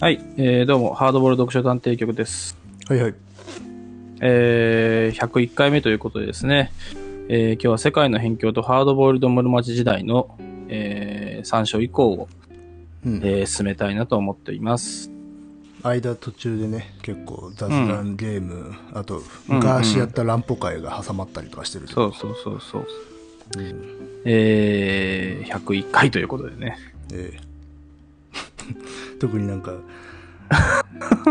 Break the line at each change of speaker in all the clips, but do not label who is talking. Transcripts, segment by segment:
はい、えーどうも、ハードボール読書探偵局です。
はいはい。
えー101回目ということでですね、えー今日は世界の辺境とハードボールド室町時代の、えー参照以降を、
うん
えー進めたいなと思っています。
間途中でね、結構雑談ゲーム、あと昔やった乱歩会が挟まったりとかしてるけど、
そうそうそうそう。えー101回ということでね。
え え特になんか、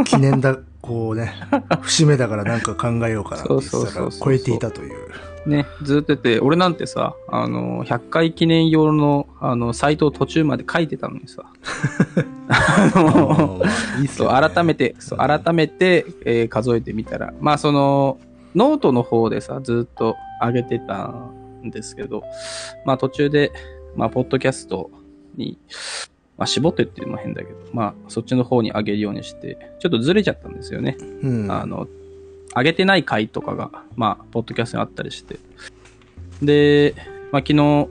記念だ、こうね、節目だからなんか考えようかなって言って
そうそう
た
そう
ら
そう
超えていたという。
ね、ずっとやってて、俺なんてさ、あの、100回記念用の、あの、サイトを途中まで書いてたのにさ。 あの
あーいいっ す
そう
よね
改めて、そう改めて、えー数えてみたら、まあその、ノートの方でさ、ずっと上げてたんですけど、まあ途中で、まあ、ポッドキャストに、まあ、絞ってっていうのも変だけど、まあ、そっちの方に上げるようにして、ちょっとずれちゃったんですよね。
うん。
あの、上げてない回とかが、まあ、ポッドキャストにあったりして。で、まあ、昨日、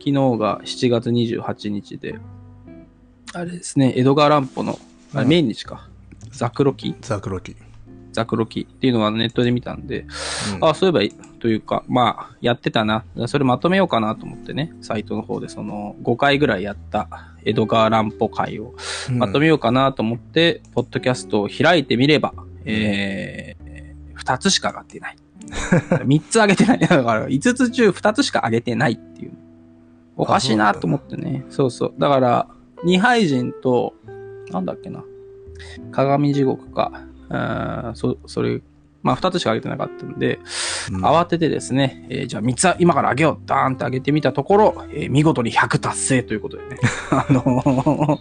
昨日が7月28日で、あれですね、江戸川乱歩の、あれ、
うん
命日か。ザクロキ
ザクロキ。
ザクロキっていうのはネットで見たんで、
うん
あ、そういえば、というか、まあ、やってたな。それまとめようかなと思ってね、サイトの方で、その、5回ぐらいやった江戸川乱歩会を、
うん
まとめようかなと思って、ポッドキャストを開いてみれば、えー、2つしか上がってない。3つ上げてない。だから、5つ中2つしか上げてないっていう。おかしいなと思ってね。そうそう。だから、二杯人と、なんだっけな。鏡地獄か。あーそ、それ、まあ2つしか上げてなかったんで、
うん
慌ててですね、えーじゃあ3つは今から上げよう、ダーンって上げてみたところ、えー見事に100達成ということで ね、あのー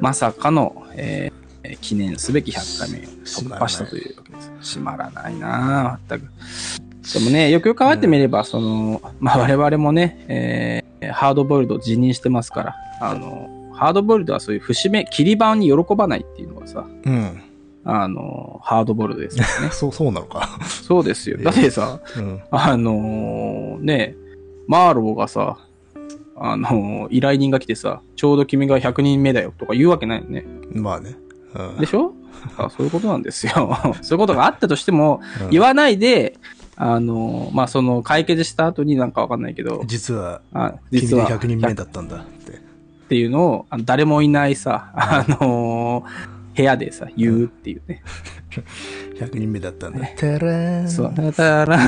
まさかの、えー記念すべき100回目を突破したというわけです。閉まらないなあ全く。でもね、よくよく考えてみれば、その、まあ我々もね、えーハードボイルドを辞任してますから、あの、ハードボイルドはそういう節目、切り板に喜ばないっていうのがさ、
うん。。
あの、ハードボイルドですよね
そう、そうなのか。
そうですよ。だってさ、
うん。
あのーね、マーローがさ、あのー依頼人が来てさ、ちょうど君が100人目だよとか言うわけないよね。
まあね。うん
でし ょあそういうことなんですよ。 そういうことがあったとしても、
うん
言わないで、あのーまあ、その解決した後になんかわかんないけど、
実は、
あ
君
実
で
は
100人目だったんだって。
っていうのを、あの誰もいないさ、あのー部屋でさ、言うっていうね。
100人目だったんだ。てれーん。
そう。タタラ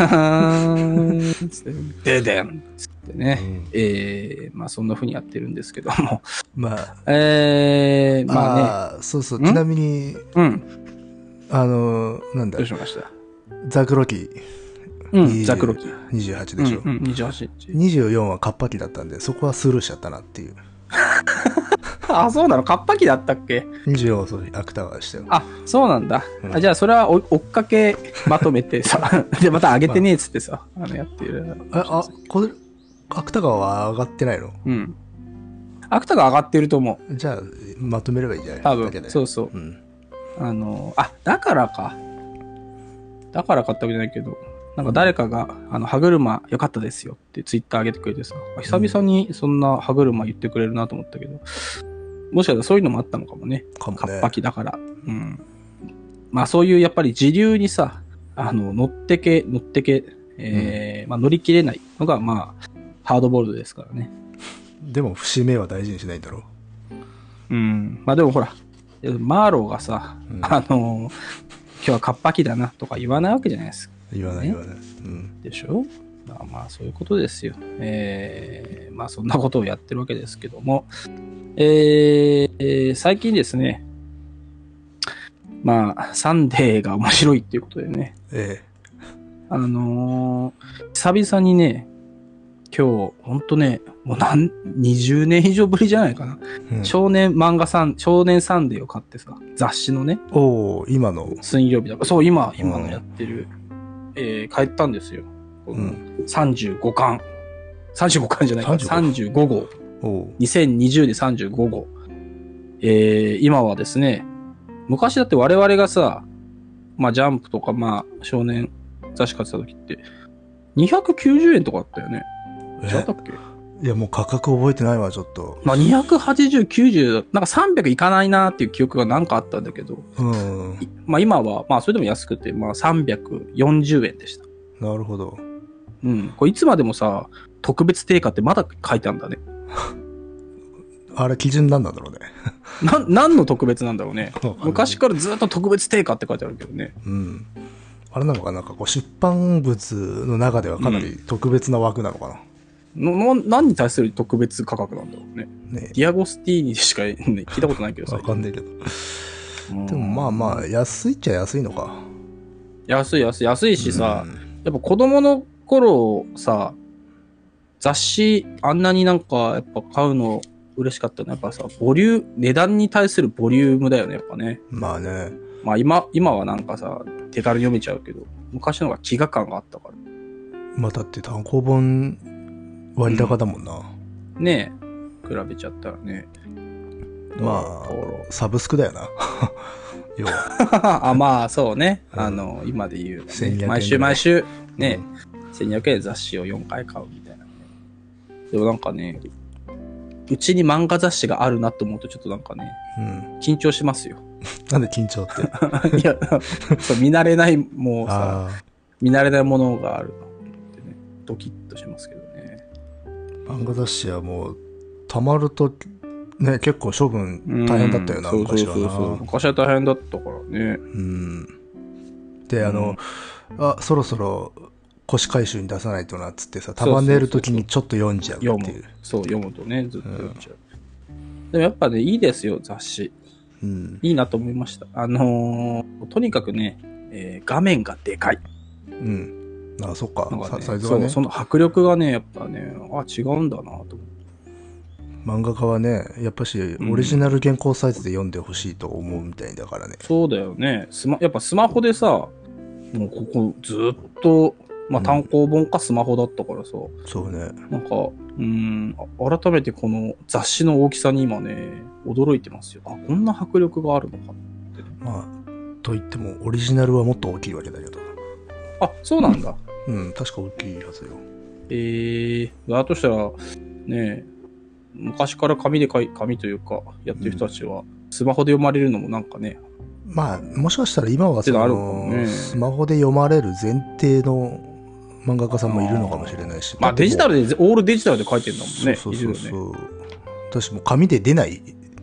ーンつって、ででんつってね。
うん
えーまあそんな風にやってるんですけども。
まあ、
えー、まあね。
ああ、そうそう。
ん
ちなみに、
うん。
あの、なんだ
どう、しました
ザクロキ
う
い
ん。
い
ザクロキ。
28
うん、
で
う
し
ん
ょ。、
28日。
24はカッパキだったんで、そこはスルーしちゃったなっていう。
あ、そうなのカッパキだったっけ
24はそう、芥川でしたよ。
あ、そうなんだ。
うん
あじゃあそれは追追っかけまとめてさ。 で、また上げてねえっつってさ、あの、やってる。
あ、あ、これ、芥川は上がってないの
うん。アクタが上がってると思う。
じゃあ、まとめればいいんじゃない
多
だけ
分。
で
そうそう。
うん。
あの、あ、だからか。だから買ったわけじゃないけど、なんか誰かが、あの、歯車良かったですよってツイッター上げてくれてさ、あ久々にそんな歯車言ってくれるなと思ったけど、もしかしたらそういうのもあったのかもね。
かも
カッ
ね
パ。キだから。うん。まあそういうやっぱり時流にさ、あの、乗ってけ、乗ってけ、えーまあ乗り切れないのが、まあ、ハードボールドですからね。
でも、節目は大事にしないんだろ
うん。まあでもほら、マーローがさ、
うん
あのー今日はカッパキだなとか言わないわけじゃないですか。
う。言わない
ね
言わない。うん。
でしょだからまあそういうことですよ。えーまあそんなことをやってるわけですけども、えーえー最近ですね、まあ、サンデーが面白いっていうことでね、
え
あのー久々にね、今日、ほんとね、もう何、20年以上ぶりじゃないかな。
え。うん
少年漫画さん、少年サンデーを買ってさ、雑誌のね、
おお今の。
水曜日だから、そう、今、今のやってる、えー、買ったんですよ。
うん。
35巻。35巻じゃないか。35,
35
号。
おお
2020年35号。えー、今はですね、昔だって我々がさ、まあ、ジャンプとか、まあ、少年雑誌買ってた時って、290円とかあったよね。違
え
ったっけ
いや、もう価格覚えてないわ、ちょっと。
まあ、280、90、なんか300いかないなっていう記憶がなんかあったんだけど、
うん。
いまあ今は、まあそれでも安くて、まあ340円でした。
なるほど。
うん。これいつまでもさ、特別定価ってまだ書いてあるんだね。
あれ、基準なんだろうね。
なん、何の特別なんだろうね。
わかんな い
昔からずっと特別定価って書いてあるけどね。
うん。あれなのかななんかこう、出版物の中ではかなり特別な枠なのかな。
の、の、何に対する特別価格なんだろうね。
ね
ディアゴスティーニしか、ね、聞いたことないけどさ
わ。かんないけど。
うん
でもまあまあ、安いっちゃ安いのか。
安い安い安いしさ、
うん
やっぱ子供の頃さ、雑誌あんなになんかやっぱ買うの嬉しかったのやっぱさ、ボリュー、値段に対するボリュームだよね、やっぱね。
まあね。
まあ今、今はなんかさ、手軽に読めちゃうけど、昔の方が飢餓感があったから。
まあだって単行本割高だもんな。
ねえ、比べちゃったらね。
ま
だから
あ、サブスクだよな。 要は。
あまあそうね、
うん
あの今で言う、
1200円ぐらい
毎週毎週ね
う、ん
1200円で雑誌を4回買うみたいなねでもなんかねうちに漫画雑誌があるなと思うとちょっとなんかね
うん。
緊張しますよ
なんで緊張って。
いやそう見慣れない もうさ
ああ
見慣れないものがあるなと思ってねドキッとしますけどね
ー、漫画雑誌はもう、たまると、ね、結構処分大変だったよな、
うんそう
昔
そう
は
そう
な
そう昔は大変だったからね
うん。で、あの、あ、そろそろ、腰回収に出さないとなっつってさ、束ねるときにちょっと読んじゃうって
読
いう
む。そう読むとねずっと読んじゃう、でもやっぱねいいですよ雑誌
うん。
いいなと思いました。あのーとにかくね、えー画面がでかい。
うん。あ、そっか。
なんか
さ
ね
サイズ
そ
が
う
ね。
その迫力がね、やっぱね、あ、違うんだなと思って。
漫画家はね、やっぱし、
ん
オリジナル原稿サイズで読んでほしいと思うみたいだからね。
そうだよね。スマやっぱスマホでさ、もうここずっと、まあ、
うん
単行本かスマホだったからさ、
そうね。
なんか、うん、あ改めてこの雑誌の大きさに今ね、驚いてますよ。あ、こんな迫力があるのか。
まあ、と言っても、オリジナルはもっと大きいわけだけど。
あ、そうなん だ。
うん、確か大きいはずよ。
えー、だとしたら、ねえ、昔から紙で書い、紙というか、やってる人たちは、スマホで読まれるのもなんかね、
まあ、もしかしたら今は
て
そ
のある
の、
もんね
スマホで読まれる前提の漫画家さんもいるのかもしれないし。
まあデジタルで、オールデジタルで書いてるんだもんね、
そうそうそう
い
そ
るよね。
う。だし、もう紙で出ないっ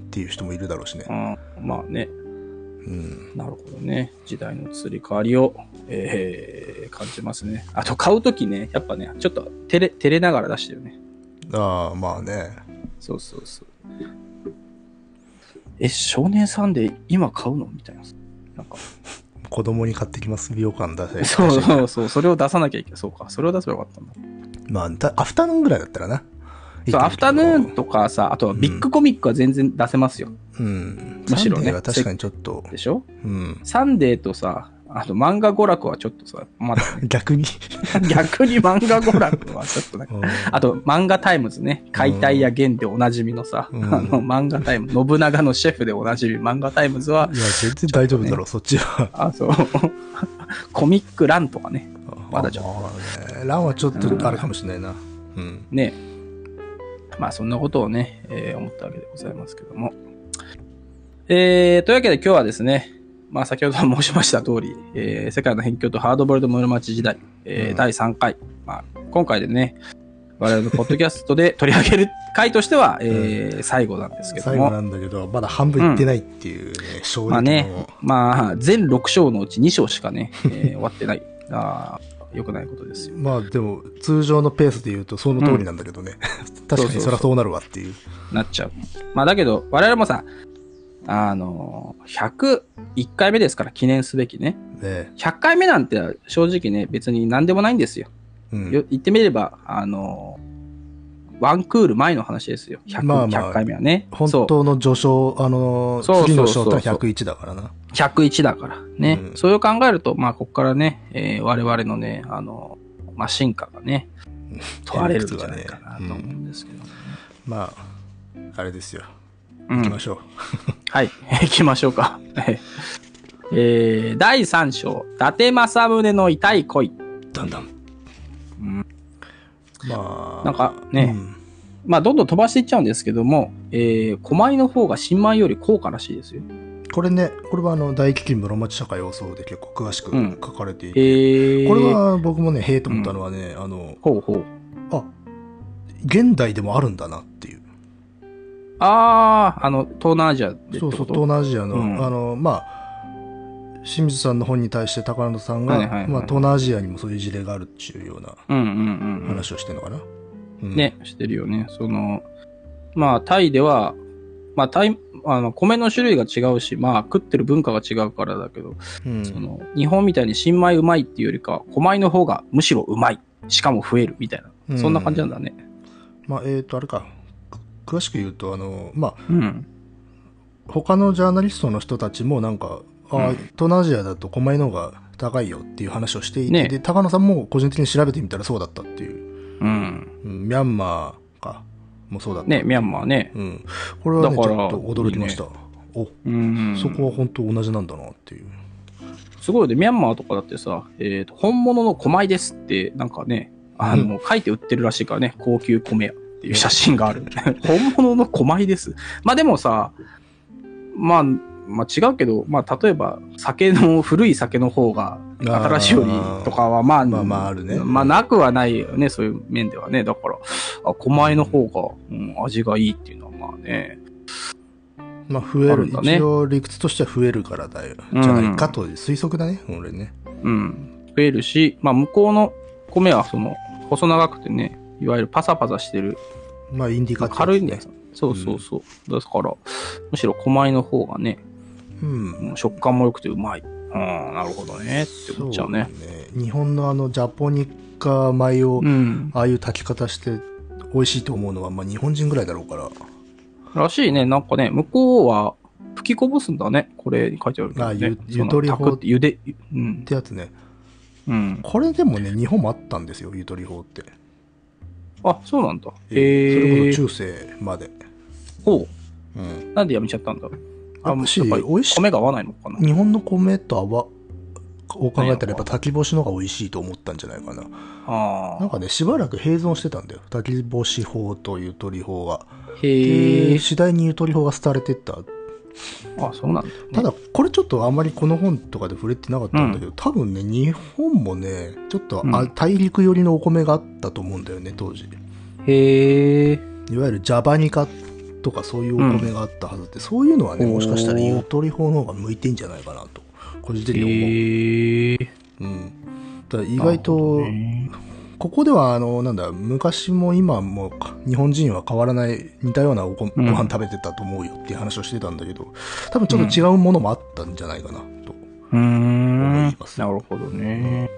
ていう人もいるだろうしね。
うん、まあね、
うん。
なるほどね。時代の移り変わりを、えー感じますね。あと、買うときね、やっぱね、ちょっと照れ、照れながら出してるね。
ああ、まあね。
そうそうそう。え、少年さんで今買うのみたいな。なんか、
子供に買ってきます、秒間出せ。
そうそうそう、それを出さなきゃいけない。そうか、それを出せばよかったんだ。
まあ、たアフタヌーンぐらいだったらな。
そう、アフタヌーンとかさ、あとはビッグコミックは全然出せますよ。
うん。
むしろね
サンデーは確かにちょっと。
でしょ
うん。
サンデーとさ、あと漫画娯楽はちょっとさ、まだ、
逆に。
逆に漫画娯楽はちょっとなんか。あと、漫画タイムズね。解体や弦でおなじみのさ、
うん
あの、漫画タイム、信長のシェフでおなじみ漫画タイムズは、
いや、全然大丈夫だろう、そっちは。
あ、そう、コミックランとかね。まだじゃん
あーねランはちょっとあれかもしれないな。うん。
ね。まあ、そんなことをね、えー思ったわけでございますけども。えー、というわけで今日はですね、まあ、先ほども申しました通り、えー世界の辺境とハードボイルド室町時代、えー
うん
第3回、まあ、今回でね、我々のポッドキャストで取り上げる回としては、えー最後なんですけど
最後
も、
なんだけど、まだ半分いってないっていうね、衝撃の。
まあね、まあ、全6章のうち2章しかね、えー終わってない。あー良くないことですよ。
まあでも、通常のペースで言うとその通りなんだけどね。 確かにそりゃそうなるわっていう。
なっちゃう。まあだけど、我々もさ、あの、101回目ですから記念すべきね。
ね
100回目なんて正直ね、別に何でもないんですよ。
うん
よ言ってみれば、あの、ワンクール前の話ですよ。100,
まあまあ
100回目はね。
本
そう
当の序章、あのー
そうそうそう
次の章ってのは101だからな。
101だからね。
うん
それを考えると、まあここからね、えー我々のね、あの、まあ進化がね、問われるんじゃないかなと思うんですけど。
まあ、あれですよ。
うん
行きましょう。
はい、 行きましょうか。 はいえー、第3章、伊達政宗の痛い恋。
だんだん。
ん
まあ。
なんかね
うん
まあ、どんどん飛ばしていっちゃうんですけども、えー、狛江の方が新米より高価らしいですよ。
これね、これはあの、大飢饉室町社会放送で結構詳しく
うん
書かれてい
え
て、
ー、
これ、は僕もね、へえと思ったのはね、あの、
ほうほう。
あ、現代でもあるんだなっていう。
ああ、あの、東南アジアでってこ
そう
と
そう、東南アジアの、
うん
あの、まあ、清水さんの本に対して高野さんが、
はいはいはい
まあ、東南アジアにもそういう事例があるっていうような
うんうんうんうん。
話をしてるのかな。うん
ね、してるよね。その、まあ、タイでは、まあ、タイ、あの、米の種類が違うし、まあ、食ってる文化が違うからだけど、
うん
その、日本みたいに新米うまいっていうよりかは、狛江の方がむしろうまい。しかも増えるみたいな。
う
そんな感じなんだね。
まあ、えっ、と、あれか。く詳しく言うと、あの、まあ、
うん。
他のジャーナリストの人たちもなんか、ああ
うん
東南アジアだと狛江の方が高いよっていう話をしていて、
ね
で、高野さんも個人的に調べてみたらそうだったっていう。
うん。
うんミャンマーか、もそうだった。
ね、ミャンマーね。
うん。これはね、ち
だ
ょ
か
っ
ら
と驚きました。
うん
お、そこは本当同じなんだなっていう。
すごいよね。ミャンマーとかだってさ、えーと、本物の狛江ですって、なんかね、あの、書いて売ってるらしいからね、高級米屋っていう写真があ る。本物の狛江です。まあでもさ、まあ、まあ違うけど、まあ例えば、酒の、古い酒の方が、新しいよりとかは、まあ、
まあまああるね
まあなくはないよね、そういう面ではね。だから、あ狛江の方が、うん、味がいいっていうのはまあね。
まあ増え
ある
る
んだね
一応理屈としては増えるからだよ。じゃないかと推測だね、俺ね。
うん、増えるし、まあ、向こうの米はその細長くてねいわゆるパサパサしてる、
まあインディカ
ま
っ
あ
て
軽
やつ
いんだよ
ね。
そうそうそう、ですからむしろ狛江の方がね
うん。
うん食感も良くてうまいうんなるほどねって思っちゃうね
そう日本のあのジャポニカ米を
うん
ああいう炊き方して美味しいと思うのは、まあ、日本人ぐらいだろうから、
らしいねなんかね向こうは吹きこぼすんだねこれに書いてあるけど、
あ
ね、
ゆ
その
ゆとり法
炊くってゆでうん
ってやつね
うん
これでもね日本もあったんですよゆとり法って、
あそうなんだへ
そ
え
れこそ中世まで、
ほ
うん
うなんでやめちゃったんだろうあ
やっぱし
やっぱり
美味しい
米が合わないのかな
日本の米と泡を考えたらやっぱ炊き干しの方が美味しいと思ったんじゃないかな
あ
なんかねしばらく併存してたんだよ炊き干し法とゆとり法が
あ
で
へえ
次第にゆとり法が廃れてった
あそうなんだ
ただこれちょっとあんまりこの本とかで触れてなかったんだけど、多分ね日本もねちょっとあ、
うん
大陸寄りのお米があったと思うんだよね当時い
へえ。
わゆるジャバニカとかそういうお米があったはずで、そういうのはね
おー
もしかしたらゆとり法の方が向いてんじゃないかなと個人的に思う、
へえ。
うん、だから意
意
外と、ここではあのなんだ昔も今もか日本人は変わらない似たようなおこご
うん
飯食べてたと思うよっていう話をしてたんだけど、多分ちょっと違うものもあったんじゃないかなと。
うーん。
思
ないる
ます
ほどね。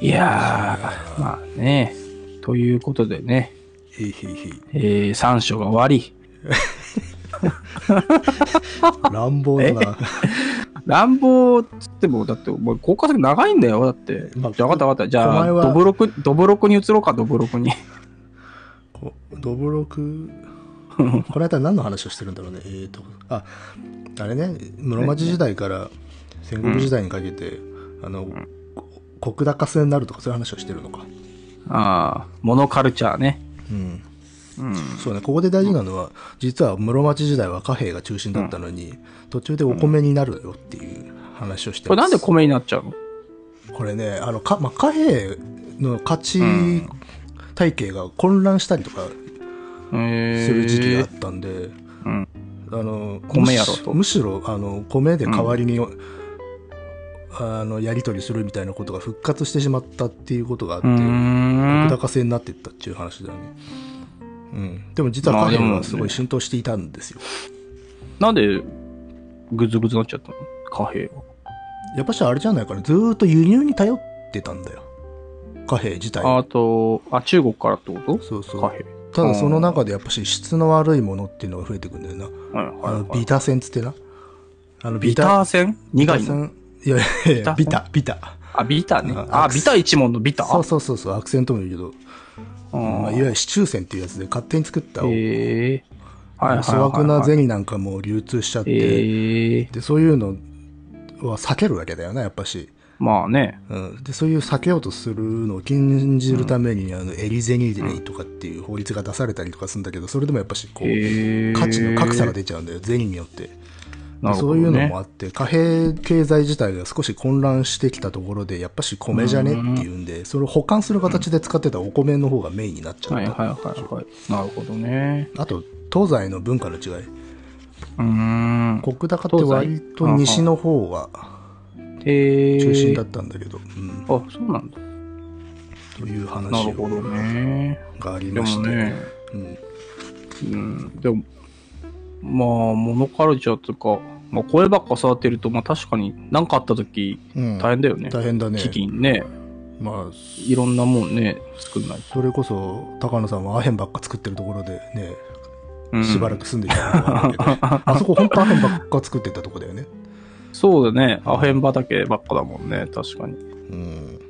いやー、まあね。ということでね、
へいへいへい
えー、3章が終わり、
乱暴だな。
乱暴っつっても、だって、お前、効果的長いんだよ、だって。
まあ
じゃあ、わかったわかった。じ
お
ゃ
前
あ、
は
どぶろく、どぶろくに移ろうか、どぶろくに。
こどぶ ろく、この間何の話をしてるんだろうね。えー、と、あ、あれね、室町時代から戦国時代にかけて、あの、こ石高制になるとかそういう話をしてるのか。
ああ、モノカルチャーね。
うん。
うん。
そうね、ここで大事なのは、実は室町時代は貨幣が中心だったのに、途中でお米になるよっていう話をして
これ
ま
なん
す。
で米になっちゃうの
これね、あの、か、まあ、貨幣の価値体系が混乱したりとかす
す
る時期があったんで、
うん。
あの
米やろと
むしむしろあの米で代わりに、あのやり取りするみたいなことが復活してしまったっていうことがあっ
う
て、
ー
物
ん。
高制になっていったっていう話だよね、うん、でも実は
まあ
貨
で
幣
も
はすごい浸透していたんですよ、
なんで、グズグズになっちゃったの貨幣は。
やっぱしあれじゃないかなずーっと輸入に頼ってたんだよ貨幣自体は
あと、あ、中国からってこと
そうそ
貨
う
幣。
ただその中でやっぱし質の悪いものっていうのが増えてくんだよな、
はい
あの
はいは
ビ
い。
タ線っつってなあの
ビター線
ビ
苦
タ
いの
線いやいやいやビ
ビ
タ
タ
ビタ
あ、ビタね。
あア
あ、
クセ
ビタ一門のビタ
そうそうそうそうアクセントもいいけど、
う
まあ、いわ
ん。
ゆる市中線っていうやつで勝手に作った
へえ。はいはいはいはい。
粗悪な銭なんかも流通しちゃって、
へえ。
でそういうのは避けるわけだよなやっぱし
まあね。
うん、でそういう避けようとするのを禁じるために、あのエリゼニーデニとかっていう法律が出されたりとかするんだけどそれでもやっぱしこう
へえ
価値の格差が出ちゃうんだよ銭によって、
なる
そ
ほど
う
ね
いうのもあって貨幣経済自体が少し混乱してきたところでやっぱし米じゃねっていうんでそれを保管する形で使ってたお米の方がメインになっちゃった、
はいはいはいはい。なるほどね。
あと東西の文化の違いう
ーん。
石高って割と西の方が
へえ
中心だったんだけど、うん
あ、そうなんだ。
という
な
話
るほどね。
があり
で
まし
も
て、
ね、
うん、
うん。でも、まあ、モノカルチャーとか、まあ、声ばっか育てると、まあ確かに何かあった時、
うん
大変だよね。
大変だね
基金ね。
まあ
いろんなもんね、作んない
それこそ高野さんはアヘンばっか作ってるところでね
と。
しばら
く。
く住んでたとこ あるけど、あそこ本当アヘンばっか作ってたとこだよね
そうだね。アヘン畑ばっかだもんね。確かに。
うん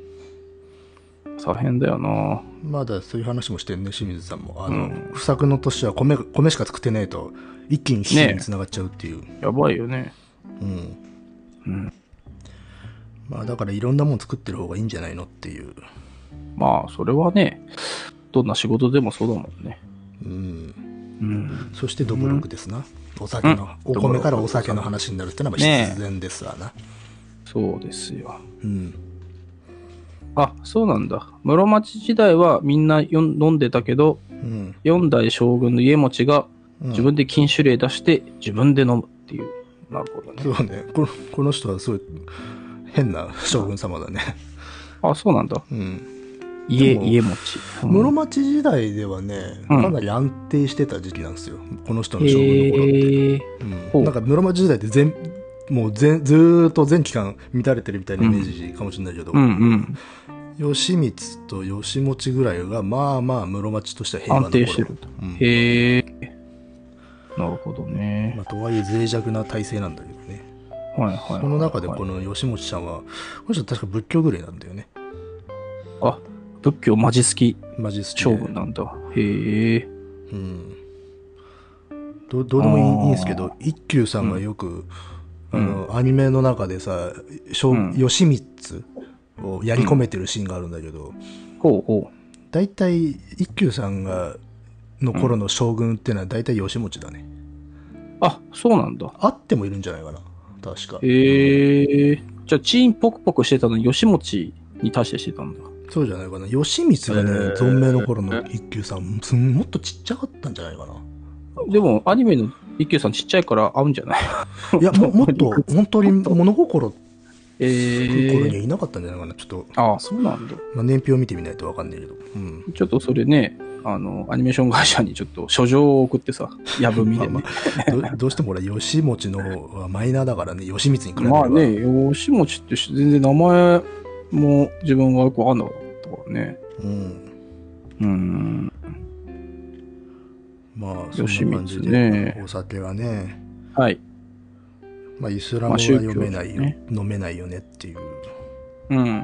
大変だよな。
まだそういう話もしてんね清水さんもあの、
うん
不作の年は米が米しか作ってねえと一気に危機につながっちゃうっていう、
やばいよね。
うん
うん。
まあ、だからいろんなもん作ってる方がいいんじゃないのっていう、
まあ、それはね、どんな仕事でもそうだもんね。
うん、
うん。
そしてドブロクですな、お酒の、
うん
お米からお酒の話になるってのは
ねえ
必然ですわな、
そうですよ。
うん
あ、そうなんだ。室町時代はみんなよん飲んでたけど、
うん
四代将軍の家持ちが
うん
自分で禁酒令出して自分で飲むっていう。なるほど
そ
ね。
うねこのこの人はすごい変な将軍様だね、
あ、そうなんだ。
うん、
家、
でも
家持ち。うん
室町時代ではね
うん
かなり安定してた時期なんですよこの人の将軍の頃って。
へえ
う
ほ
ん、
う
なんか室町時代って全もう全ずーっと全期間乱れてるみたいなイメージかもしれないけど、
うんうん。
義満と義持ぐらいがまあまあ室町としては平和な
安定
頃
してると。
うん
へえ。なるほどね
ま。あ、とはいえ脆弱な体制なんだけどね
はいはいはい。
その中でこの義持さんはこの人確か仏教狂いなんだよね
あ、仏教マジ好き
マジス
将軍なんだ。へえ。
うんどどうでもいい
あー
いいんですけど一休さんがよく、
うん
あのアニメの中でさ将
うん
義満をやり込めてるシーンがあるんだけど、
ほうほう。
大体一休さんがの頃の将軍ってのは大体義持だね、
あ、そうなんだ。
あってもいるんじゃないかな確か
へえ。じゃあ、チーンポクポクしてたの、吉持に対してしてたんだ。
そうじゃないかな義満がね、
へー
存命の頃の一休さんすんもっとちっちゃかったんじゃないかな
でも、アニメの一休さんちっちゃいから合うんじゃない
いやももっ と本当に物心って
え
頃に
ー、
はいなかったんじゃないかなちょっと、
ああ、そうなんだ。
まあ、年表見てみないとわかんないけどうん
ちょっとそれね、あの、アニメーション会社にちょっと書状を送ってさ、やぶみでね。
まど どうしても俺義持の方はマイナーだからね義満に比べれば、
まあね、吉持って全然名前も自分がよくわかんなかったからね。
うん
うん。
まあそんな感じ
義
で、
満ね
お酒はね
はい。
まあ、イスラ
ま
ムは
あ宗教
読めないよ、
ね
飲めないよねっていう。
うん。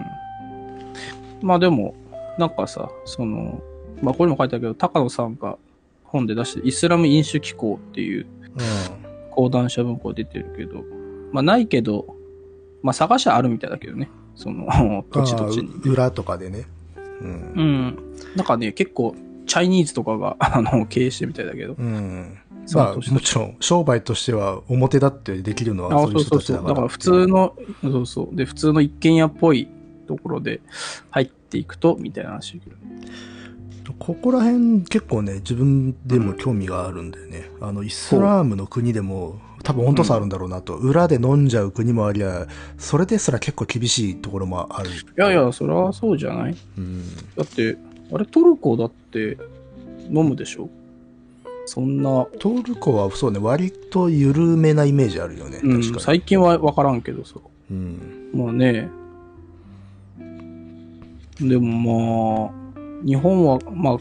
まあでも、なんかさ、その、まあこれも書いてあるけど、高野さんが本で出してるイスラム飲酒機構っていう講談社文庫出てるけど、まあないけど、まあ探しはあるみたいだけどね、その
うん、
土地土地に
あ。あ裏とかでね。うん。
うん。なんかね、結構、チャイニーズとかが あの経営してるみたいだけど、
うん
そ
まあ、
の土地
もちろん、商売としては表だってできるの
あ
は
そ
そういう
う
人
そう
たち
そ
だ
う。
か
だ
ら。
から普通の、そうそう。で、普通の一軒家っぽいところで入っていくと、みたいな話。
ここら辺結構ね、自分でも興味があるんだよね。あの、イスラムの国でも、多分温度差あるんだろうなと。裏で飲んじゃう国もありゃ、それですら結構厳しいところもある。い
いやい。や、それはそうじゃない
うん。
だって、あれ、トルコだって飲むでしょそんな、
トルコはそうね、割と緩めなイメージあるよね。
うん
確かに。
最近は分からんけどさ。
うん
まあね。でもまあ、日本は、まあ、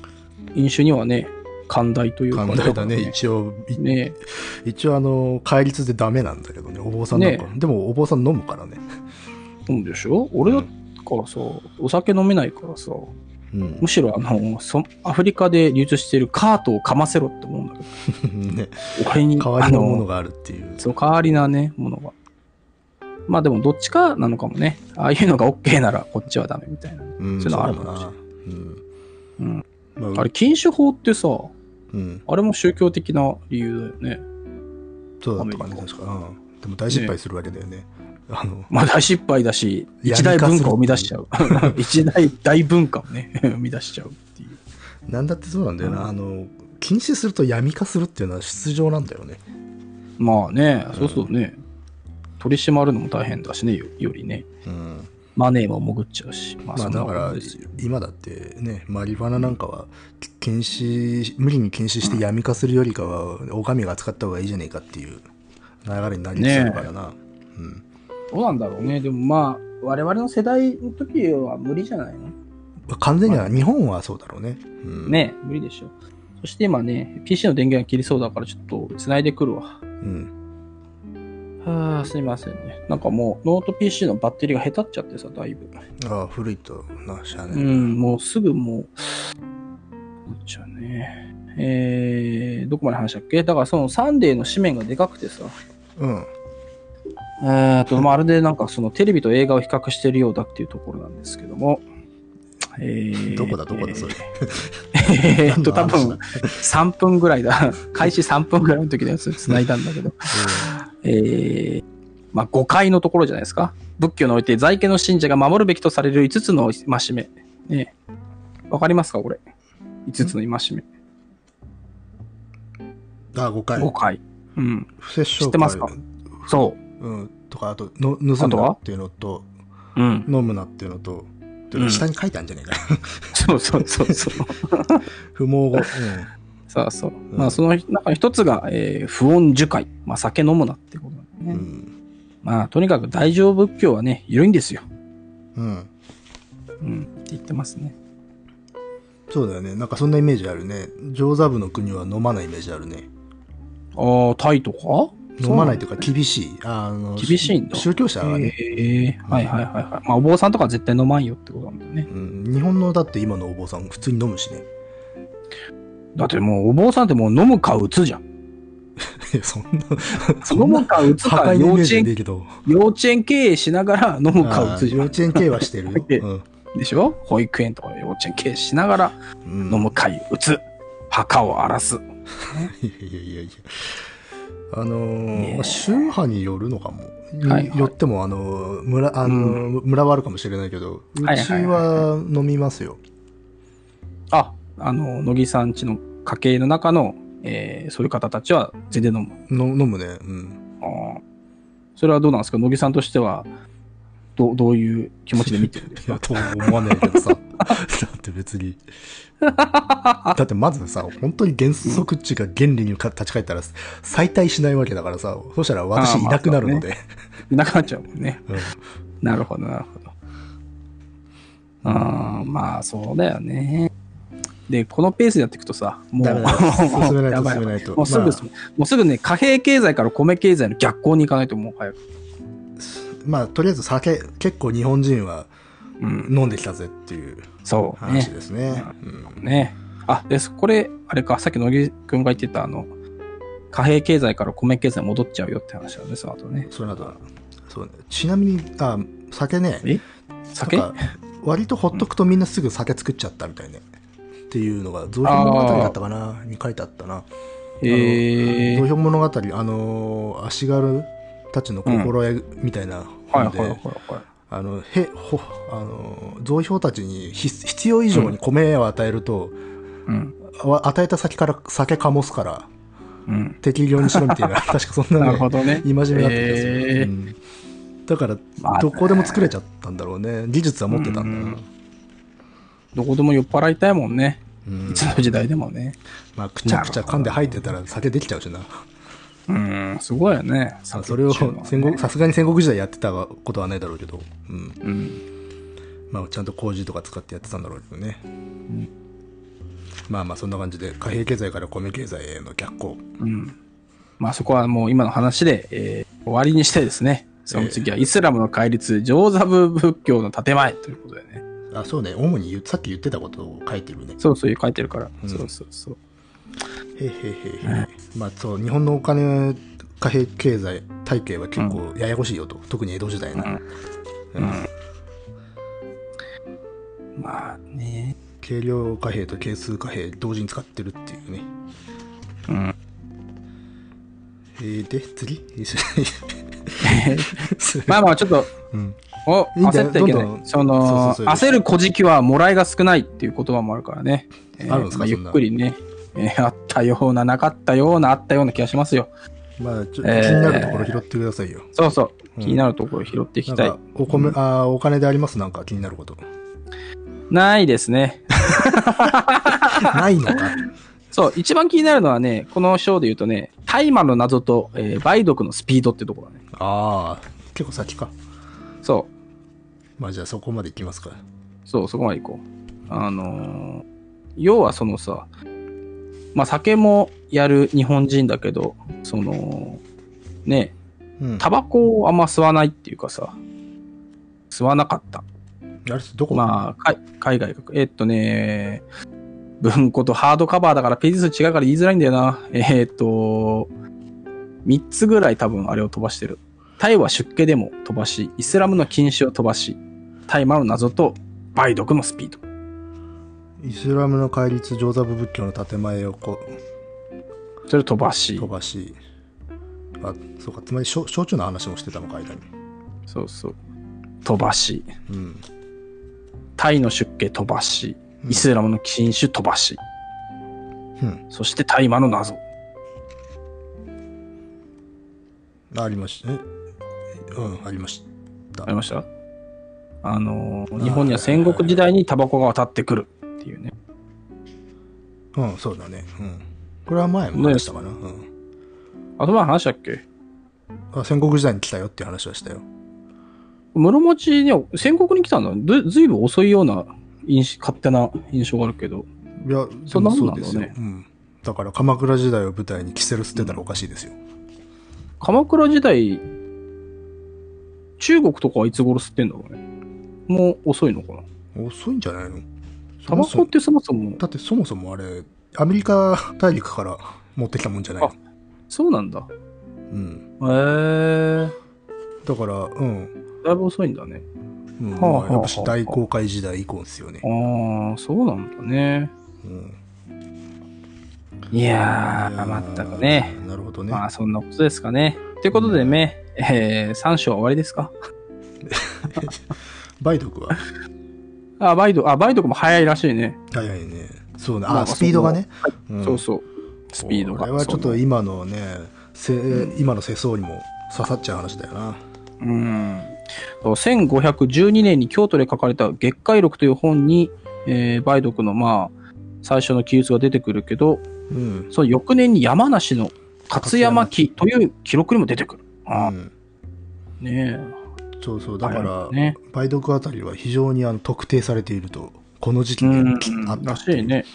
飲酒にはね、寛大というか、
寛大だね、一応、い
ね
一応あの、戒律でダメなんだけどね、お坊さんなんか、でもお坊さん飲むからね。
飲むでしょ俺だからさ、お酒飲めないからさ、
うん
む。しろあの、そアフリカで流通しているカートをかませろって思うんだけ
ね、
ど、俺に、
代わりのも
あ
のがあるっていう。
そう、代わりなね、ものが。まあでもどっちかなのかもね。ああいうのが OK ならこっちはダメみたいな。
うん、
そ
そうう
いうのあ
か
る
もな。
うん。
うん。ま
あれ、禁酒法ってさ、
うん。
あれも宗教的な理由だよね。
そうだったかね、
アメリカ
確か。うん。でも大失敗するわけだよね。あの、
まあ大失敗だし、
闇化
一大文化を生み出しちゃう。 一大大文化をね、生み出しちゃうっていう。
なんだってそうなんだよな。
うん
あの、禁止すると闇化するっていうのは出場なんだよね。
まあね、そうそうね。取り締まるのも大変だしね、よよりね。
うん。
マネーも潜っちゃうし。ま
まあだから、今だってね、マリファナなんかは、禁止、無理に禁止して闇化するよりかは、狼が扱った方がいいじゃねえかっていう流れになりつつあるからな。うん。
どうなんだろうね。でもまあ、我々の世代の時は無理じゃないの
完全には、日本はそうだろうね。うん。。
ね無理でしょ。そして今ね、PC の電源が切りそうだからちょっと繋いでくるわ。
うん。
はあ、すいませんね。なんかもうノート PC のバッテリーが下手っちゃってさ、だいぶ。
ああ、古いと、な、しゃあね
う、
えなん
もうすぐもう、こっちはね。えー、どこまで話したっけだからそのサンデーの紙面がでかくてさ、
うん。
えーと、まるでなんかそのテレビと映画を比較してるようだっていうところなんですけども、えー、
どこだどこだそれ。
えーっと、多
何の話
分
だ
3分ぐらいだ。 開始3分ぐらいの時のやつ繋いだんだけど。えー、まあ5階のところじゃないですか。仏教において在家の信者が守るべきとされる5つの戒め。ねえわかりますかこれ。5つの戒め。
ああ、誤解。
5階。うん。
不摂生
知ってますかそ
うん。とか、あと、の盗
あ
ん
と
だ
は
っていうのと、
う。うん。
飲むなっていうのと、てか
うん
下に書いてあるんじゃねえか。
そうそうそうそう。
不毛語。うん。
そうそう。
ん
まあその中の一つが、えー不穏樹海。まあ酒飲むなってことなんだ
う
ね。
ん。
まあとにかく大乗仏教はね、緩いんですよ。
うん。
うん。って言ってますね。
そうだよね。なんかそんなイメージあるね。上座部の国は飲まないイメージあるね。
ああ、タイとか
飲まないと
と
いうか厳しい。あの
厳しいんだ
宗教者
か
は
ね
ね、。
へえはいはいはいはい。まあお坊さんとかは絶対飲まんよってことなんだよね。
うん、日本のだって今のお坊さん普通に飲むしね。
だってもうお坊さんってもう飲むか打つじゃん。
いやそんな、 そ
飲
んな
むか打つ
破
か
壊のイ
幼
メー
稚
ジ
園、
でけど。
幼稚園経営しながら飲むか打
あ
つ
ー
じゃ
幼
ん。
稚園経営はしてるよ。
で
うん
でしょ保育園とか幼稚園経営しながら
うん
飲むか打つ。墓を荒らす。
いやいやいやいや。あのー
ねえ
まあ宗派によるのかも。
はいはい
よっても、あのー村、あのー村はあるかもしれないけど、うち
はいはい
は飲みますよ。
あ、あの、乃木さんちの家系の中の、えーそういう方たちは全然飲む。
の飲むね。うん。
あーそれはどうなんですか乃木さんとしては、どどういう気持ちで見てるんです
いや、
か
と思わないけどさ。だ って 別に。だってまずさ、本当に原則値が原理にか立ち返ったら、再退しないわけだからさ、そしたら私いなくなるので。
いなくなっちゃうもんね。
うん
なるほど、なるほど。あーまあ、そうだよね。で、このペースでやっていくとさ、 もう、
ダメだ進めない
や
と
ばやば
進めないと
もうすぐ、
まあ
もうすぐね、貨幣経済から米経済の逆行に行かないともう早く。
まあ、とりあえず酒、結構日本人は
うん、
飲んできたぜっていう
そう
話
ね。
ですね。うん
ね。あ、です。これ、あれか、さっき乃木くんが言ってた、あの、貨幣経済から米経済に戻っちゃうよって話だね、その後ね。
その後はそうねちなみにあ酒ね
え酒
なんか割とほっとくとみんなすぐ酒作っちゃったみたいね、っていうのが「造幣物語」だったかなに書いてあったな
へえ
造幣物語あのー足軽たちの心得みたいな
はい
本
はい
で、
はいはい。
あのへほあのー造幣たちに必必要以上に米を与えると、
うん。
わ与えた先から酒かもすから
うん。
適量にしろみたい な確かそんな
な
ね
るほどね。
今じめだった気がする、
へー
うんだから
まあ
どこでも作れちゃったんだろうね技術は持ってたんだな、
どこでも酔っ払いたいもんね。
うん
いつの時代でもね。
まあ、くちゃくちゃ噛んで入ってたら酒できちゃうしな
うん、すごいよね。
あそれを
酒っていうのはね
戦国さすがに戦国時代やってたことはないだろうけど、うん
うん。
まあ、ちゃんと麹とか使ってやってたんだろうけどね、まあまあそんな感じで貨幣経済から米経済への逆行
うん。まあそこはもう今の話で、えー終わりにしてですね。その次はイスラムの戒律、上座部仏教の建前ということでね。
あそうね主に言うさっき言ってたことを書いてるね
そうそう書いてるから。
うん
そうそうそう。
へいへいへいへいまあそう日本のお金貨幣経済体系は結構ややこしいよと、特に江戸時代の、うん
まあね。
軽量貨幣と係数貨幣同時に使ってるっていうね
うん。
えー、で次
まあまあ、ちょっと、
うん
お、
いいんだ
焦
よ
ってはいけな
どんど
い。
ん
その、
そうそうそう
焦る小じきは、もらいが少ないっていう言葉もあるからね。えー
あるんですか
まゆ
そ
っ
んな
くりね、えーあったような、なかったような、あったような気がしますよ。
まあちょ気に
えー
なるところ拾ってくださいよ、
そうそうう。
ん
気になるところ拾っていきたい。
なんかお米、あーお金でありますなんか気になること
ないですね。
ないのか
そう、一番気になるのはね、この章で言うとね、大麻の謎と、えー梅毒のスピードってところだね。
ああ結構先か
そう。
まあじゃあそこまでいきますか
そう、そこまで行こう。あのー要はそのさ、まあ酒もやる日本人だけど、その、ね、
うん
タバコをあんま吸わないっていうかさ、吸わなかった。
あれどこ、
まあ、かい海外か、えっとね、文庫とハードカバーだからページ数違うから言いづらいんだよな。えっと、3つぐらい多分あれを飛ばしてる。タイは出家でも飛ばし、イスラムの禁止を飛ばし、大麻の謎と梅毒のスピード。
イスラムの戒律上座部仏教の建前をこう
それ飛ばし
飛。ばしあそうかつまり焼焼酎の話もしてたのか間に
そうそう。飛ばし。
うん
タイの出家飛ばし。イスラムの禁酒飛ばし。
うん
そして大麻の謎。
ありましたえうんありまし
ありましたあのー、日本には戦国時代にタバコが渡ってくるっていうね。
たうんそうだねうんこれは前も話したかな、うん
あとは話したっけ
あ戦国時代に来たよっていう話はしたよ
室町には戦国に来たんだ。ずずいぶん遅いような印勝手な印象があるけど。
いや
そ
で
んな
も
もん
そ
な
うん
だ
で
ろ
す
うね
よ、うん、だから鎌倉時代を舞台にキセル吸ってたらおかしいですよ、
鎌倉時代、中国とかはいつ頃吸ってんだろうね。もう遅いのかな。
遅いんじゃないの
タバコってそもそも、
だってそもそもあれアメリカ大陸から持ってきたもんじゃないの
あそうなんだ。
うん
へえー。
だからうん、
だいぶ遅いんだね。
うん
はあはあ
まあやっぱし大航海時代以降ですよね、
ああ、そうなんだね。
うん、
いやー、まったくね。
なるほどね、
まあ、そんなことですかね。ということでね、えー、3章は終わりですか
梅毒は
あ、バイド、あ、バイドも早いらしいね。
早いねそうね
まあ
あスピードがね、ん
そうそう。スピードが。
これはちょっと
その
今のねせ、今の世相にも刺さっちゃう話だよな
うん。そう1512年に京都で書かれた月海録という本に、えー、梅毒の、まあ、最初の記述が出てくるけど、
うん、
その翌年に山梨の勝山記という記録にも出てくる。
う
あ
ん、
ーねえ。
そうそうだから、
ね
梅毒あたりは非常にあの特定されているとこの時期
う
に
ん
あった
ら
って
し
う
いね。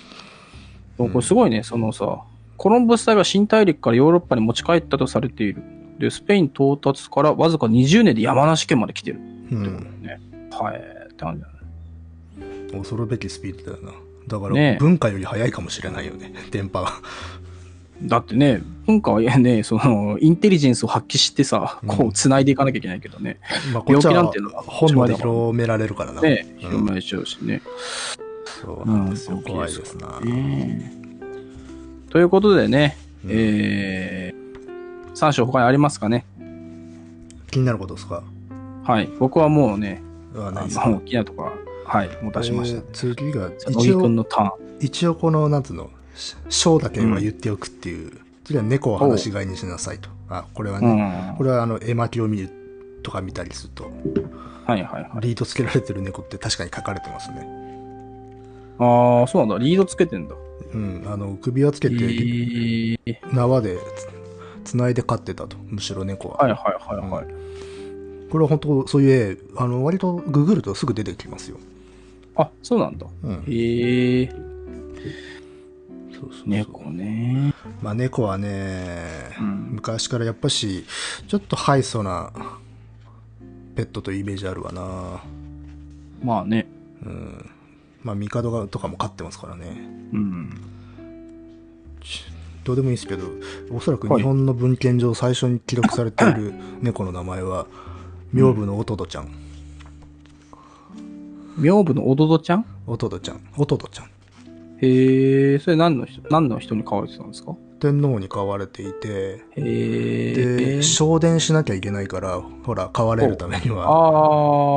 これすごいね、そのさ、コロンブス隊が新大陸からヨーロッパに持ち帰ったとされている。で、スペイン到達からわずか20年で山梨県まで来てる
う
ってこと
ん
だよね。はい、って感じだね。
恐るべきスピードだよなだから、
ねえ
文化より早いかもしれないよね 電波が
だってね、文化はね、その、インテリジェンスを発揮してさ、
うん
こう、繋いでいかなきゃいけないけどね。
まあこっちは
病気なんてのは
本まで広められるからな、
ね、
うん
広まりちゃうしね。
そうなんですよ、
うん
怖いですな、
ということでね、
うん
えー、3章他にありますかね。
気になることですか
はい、僕はもうね、
はない
あ
です
の
か
大きなとこは、はい、もう出しました
え。ー次が
野
一
木くん
応
のターン。
一応このなんつうの章だけは言っておくっていう、次は猫を話し飼いにしなさいとあこれは
う
ね、
ん。
これはあの絵巻を見るとか見たりすると
はいはいはい。
リードつけられてる猫って確かに書かれてますね。
ああ、そうなんだ。リードつけてんだ。
うん、あの首輪つけ
え
て
ー、
縄でつつないで飼ってたとむしろ猫は、
はいはいはいはい。
これは本当そういう絵あの割とググるとすぐ出てきますよ、
あ、そうなんだ。
うん
えー、
そうそうそう
猫ね。
まあ、猫はね、
うん
昔からやっぱしちょっとハイソなペットというイメージあるわな
まあね。
うんまあ帝がとかも飼ってますからね
うん。
ちどうでもいいんですけどおそらく
はい
日本の文献上最初に記録されている 猫の名前は名武のおとどちゃん
名部のおどどちゃん
おとどちゃんおとどちゃん
へえ、それ何の人、何の人に飼われてたんですか
天皇に飼われていて
へ
で
え。
昇殿しなきゃいけないからほら飼われるためには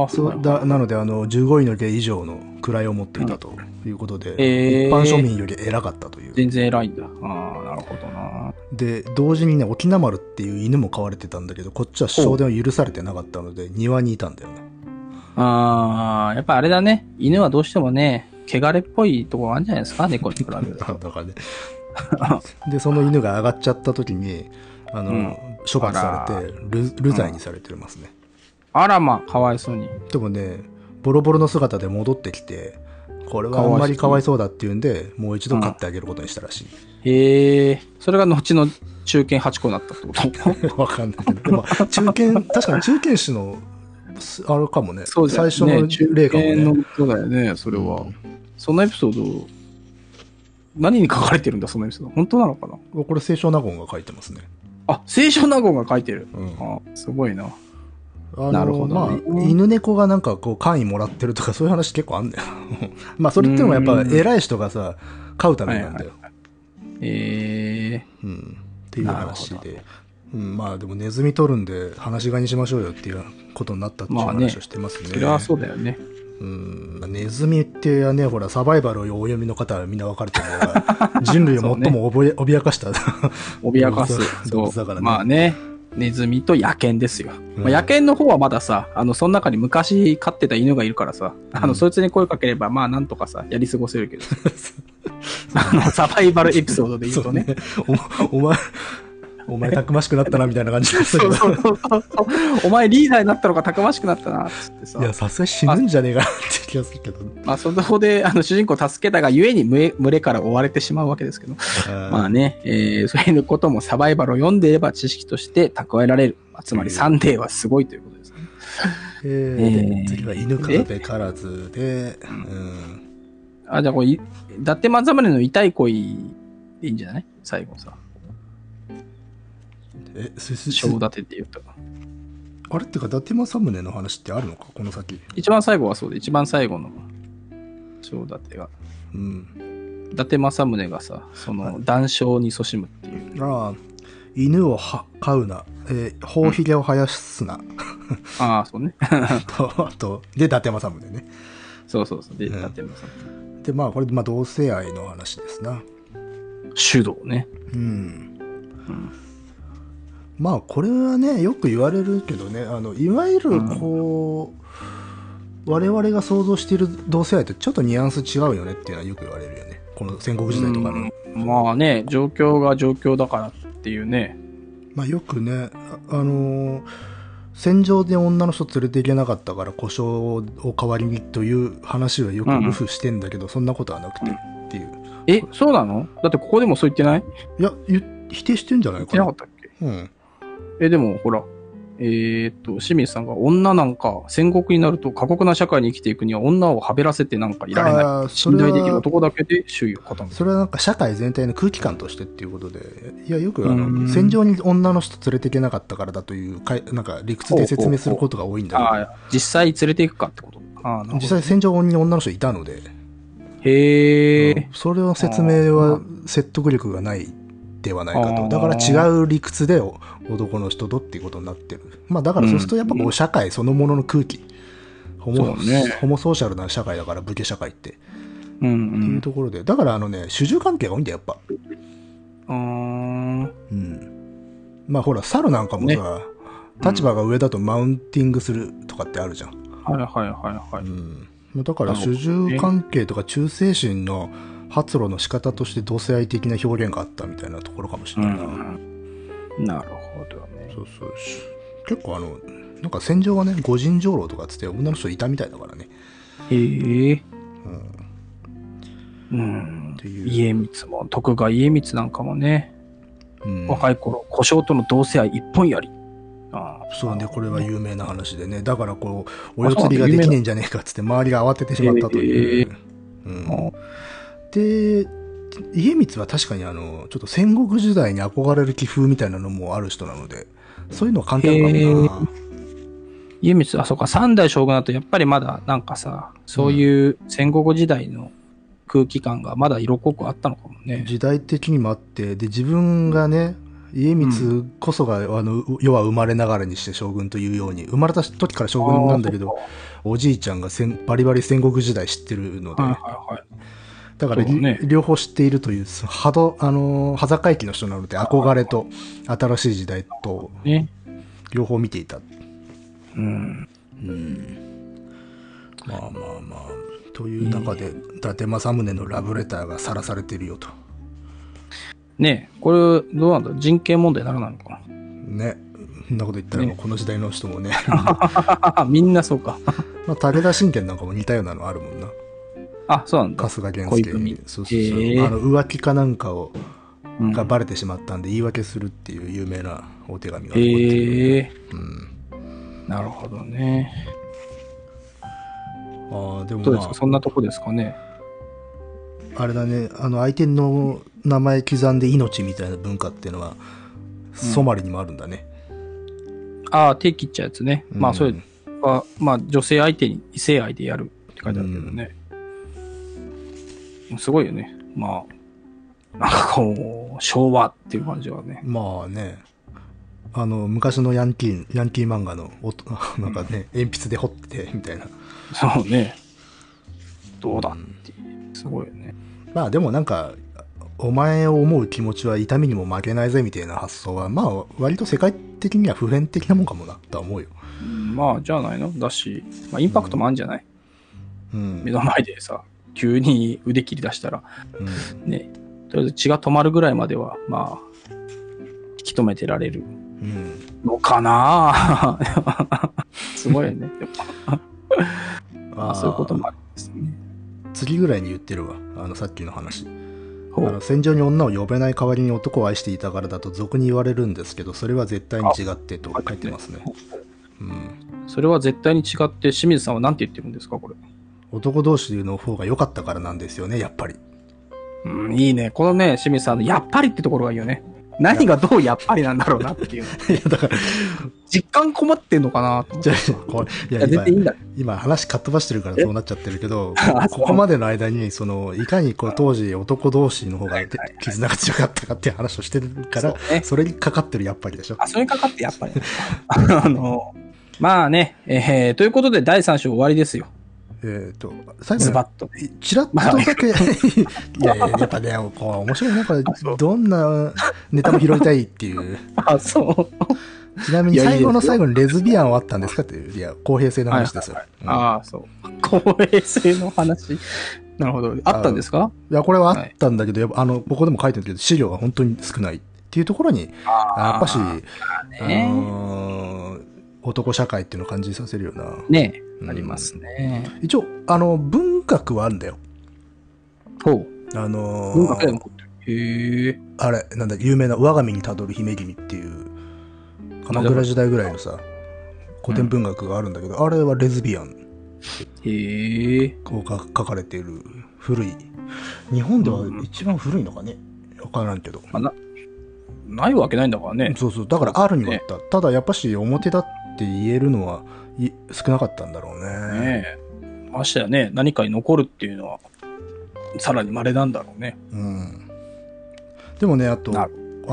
ああ、
そうだなのであの15位の家以上の位を持っていたということで、一般庶民より偉かったという
全然偉いんだ。ああ、なるほどな。
で同時にね沖縄丸っていう犬も飼われてたんだけどこっちは昇殿を許されてなかったので庭にいたんだよね
ああ、やっぱあれだね。犬はどうしてもね、汚れっぽいところあるんじゃないですか猫に比べると。
だからね でその犬が上がっちゃった時にあの、
うん
処罰されて流流罪にされてますね、
あらま、かわいそうに。
でもねボロボロの姿で戻ってきてこれはあんまりかわいそうだっていうんでもう一度飼ってあげることにしたらしい、
へえ、それが後の中堅8個になったってこと
わかんないけど。でも、中堅、確かに中堅種の、すあれかもね。最初の例かも
中堅
ね。
のことだよね、それは。
うん
そのエピソード、何に書かれてるんだ、そのエピソード。本当なのかな
これ、清少納言が書いてますね。
あ、聖書納言が書いてる。
うん
あすごいな。
あの
なるほど
ま
ね
あ、犬猫がなんかこう、官位もらってるとか、そういう話結構あんだよ。 まあ、それってのはやっぱ、
うん
偉い人がさ、飼うためなんだよ。
ええ
うん。っていう話
なるほ
で。うん、まあでもネズミ取るんで放し飼いにしましょうよっていうことになったっていう
まあね
話をしてますね。
それはそうだよね。
うんまあネズミってはね、ほら、サバイバルをお読みの方はみんなわかると思うが、人類を最もおぼえ脅かした。
脅か
そう
す。
動
そ
物だから
う。
ね
まあね。ネズミと野犬ですよ。
うん
まあ、野犬の方はまださ、あの、その中に昔飼ってた犬がいるからさ、あ
う
の、
ん
そいつに声かければ、まあなんとかさ、やり過ごせ るけど。あの、サバイバルエピソードで言う
そ
と
う
ね
ね。。おお前、お前たくましくなったな、みたいな感じだったけ
そう
ど。
そうそうそう。お前リーダーになったのかたくましくなったな、つってさ
い。や、さすがに死ぬんじゃねえかなって気がするけど。
まあそこで、あの、主人公を助けたがゆえに群れ群れから追われてしまうわけですけど。まあ
ね。
ね、えーそういうこともサバイバルを読んでいれば知識として蓄えられる。まあつまり
うん
サンデーはすごいということですね。
えー
えー
で次は犬からべからずで、うん。
あ、じゃあこれ、い伊達政宗の痛い恋でいいんじゃない最後さ。
え、すすす
正立てって言うと。
あれってか、伊達政宗の話ってあるのか、この先。
一番最後はそうで、一番最後の正立てが。
うん。
伊達政宗がさ、その、談笑にそしむっていう。
ああ、犬をは飼うな、えー、頬ひげを生やすな。
ああ、そうね。
と、あと、で、伊達政宗ね。
そうそうそう。で、伊
うん
達政宗。
で、まあ、これ、まあ、同性愛の話ですな。
主導ね。
うん。
うん
まあ、これはね、よく言われるけどね、あの、いわゆる、こう、我々が想像している同性愛とちょっとニュアンス違うよねっていうのはよく言われるよね。この戦国時代とかの。
うんまあね、状況が状況だからっていうね。
まあ、よくね、ああのー戦場で女の人連れていけなかったから故障を代わりにという話はよくルフしてんだけど、そんなことはなくてっていう。
え、そうなのだってここでもそう言ってない
いや、ゆ否定してんじゃな
言
い
っ
か
てなか
な
っ。たっけ
うん。
え、でもほら、えーっと、清水さんが女なんか戦国になると過酷な社会に生きていくには女をはべらせてなんかいられない。
あーそ
信
れは
頼できる男だけで周囲を固める。
それはなんか社会全体の空気感としてっていうことで、いや、よくあ
うん
の戦場に女の人連れていけなかったからだというかい、なんか理屈で説明することが多いんだ
ああ、実際連れていくかってこと。ああ、な
けど、
るほ
実
ど。
際戦場に女の人いたので、
へ
うん
え。
それの説明は説得力がないではないか
あー
と、だから違う理屈でお男の人とっていうことになってる。まあだからそうするとやっぱこ
うん
う社会そのものの空気、ホモ
そうだね
ホモソーシャルな社会だから、武家社会って。
うんう。
っていうんところで、だからあのね、主従関係が多いんだよ、やっぱ。
うーん。
うん、まあほら猿なんかもさ、
うん
立場が上だとマウンティングするとかってあるじゃん、
はいはいはいは
う
い。
んまあだから
なるほど
主
ね
従関係とか忠誠心の発露の仕方として同性愛的な表現があったみたいなところかもし
う
れないな、
ん。なるほどね。
そうそうし結構あのなんか戦場はね五人上楼とかっつって女の人いたみたいだからね、
へえ。
う
う
ん、
ん
っていう
家光も、徳川家光なんかもね、
うん
若い頃、故障との同性愛一本やり。ああ
そうねこれは有名な話でねだからこうお
あ
世
そう
継
なんだ
ぎができねえんじゃねえかっつって周りが慌ててしまったという、うん
も
で家光は確かにあの、ちょっと戦国時代に憧れる気風みたいなのもある人なので、そういうのは簡単かもな。
家光、あ、そうか、三代将軍だとやっぱりまだなんかさ、そういう戦国時代の空気感がまだ色濃くあったのかもね。
時代的にもあって、で、自分がね、家光こそが、あの、世は生まれながらにして将軍というように、生まれた時から将軍なんだけど、おじいちゃんが戦バリバリ戦国時代知ってるので、
はいはいはい。
だから、
そうだね
両方知っているという、その波動、あのー、羽坂駅の人なので、憧れと、新しい時代と、
ね。
両方見ていた。
うん。
まあまあまあ。という中で、伊達政宗のラブレターがさらされてるよと。
ねえ、これ、どうなんだろう人権問題にならないのか
ね。そんなこと言ったら、もうこの時代の人もね、
な みんなそうか。
まあ、武田信玄なんかも似たようなのあるもんな。
あ、そうなんだ。
春日源
恋
介
文
そうそうそう、
へえ
あの浮気かなんかを
うん
がバレてしまったんで、言い訳するっていう有名なお手紙が残ってる、
へえ
うん、
なるほどね。
ああでも、
どうです
ま
かそんなとこですかね。
あ、あれだねあの相手の名前刻んで命みたいな文化っていうのはソマリにもあるんだね、
ああ、手切っちゃうやつね。ま
う
あ、
ん
それは、まあ、女性相手に異性愛でやるって書いてあるけどね。すごいよね。まあ、なんかこう、昭和っていう感じはね。
まあねあの昔のヤンキーヤンキー漫画のおと なんかね、鉛筆で彫ってみたいな
そうね。どうだっていう。すごいよね。
まあでもなんかお前を思う気持ちは痛みにも負けないぜみたいな発想はまあ割と世界的には普遍的なもんかもなとは思うよ、
まあ、じゃないのだし、まあ、インパクトもあるんじゃない、
うん
目の前でさ、急に腕切り出したら、
うん
ね、とりあえず血が止まるぐらいまでは、まあ、引き止めてられる
うん
のかな すごいよね。でもまあ、そういうこともあるんですね。
次ぐらいに言ってるわあのさっきの話あ
ほ
の
う
戦場に女を呼べない代わりに男を愛していたからだと俗に言われるんですけどそれは絶対に違ってと書いてますね、うん、
それは絶対に違って、清水さんは何て言ってるんですか、これ。
男同士の方が良かったからなんですよねやっぱり
うん、いいね。このね、清水さんの、やっぱりってところがいいよね。何がどうやっぱりなんだろうな っていう。
いやだから
実感困ってんのかなと思って
じゃあこれ
い
い
や、
や
全
今
然いいんだ。
今話かっ飛ばしてるからそうなっちゃってるけど
あそう
ここまでの間にそのいかにこう当時男同士の方が絆が強かったかっていう話をしてるから
そうね
それにかかってるやっぱりでしょ
あ、それにかかってやっぱり。あの、まあね、えーということで第3章終わりですよ。
えっと最後
ズ
に
バッと。
ちらっとだけいや いややっぱねこう面白いねこれ
そう
どんなネタも拾いたいっていう
あ、そう。
ちなみに
いやいいです
最
よ
後の最後にレズビアンはあったんですかっていういや公平性の話ですよ、うん
ああ、そう。公平性の話。なるほど。あったんですか
いや、これはあったんだけど、やっぱあの、ここでも書いてるけど、資料が本当に少ないっていうところに、やっぱし、あ
ね
のー男社会っていうのを感じさせるような。
ねえ、
うん
ありますね。
一応、あの、文学はあるんだよ。
ほう。
あのー
文学でもへえ。
あれ、なんだ、有名な、我が身にたどる姫君っていう、鎌倉時代ぐらいのさ、古典文学があるんだけど、あれはレズビアン
へえ。
をか書かれている古い、日本では一番古いのかね、わからんけど。
まあ、な、ないわけないんだからね。
そうそう、だからあるにはあった。ただやっぱし表だって言えるのはい少なかったんだろうね。
ねえ。ましてやね、何かに残るっていうのは、さらに稀なんだろうね。
うん。でもね、あと、
な
あ、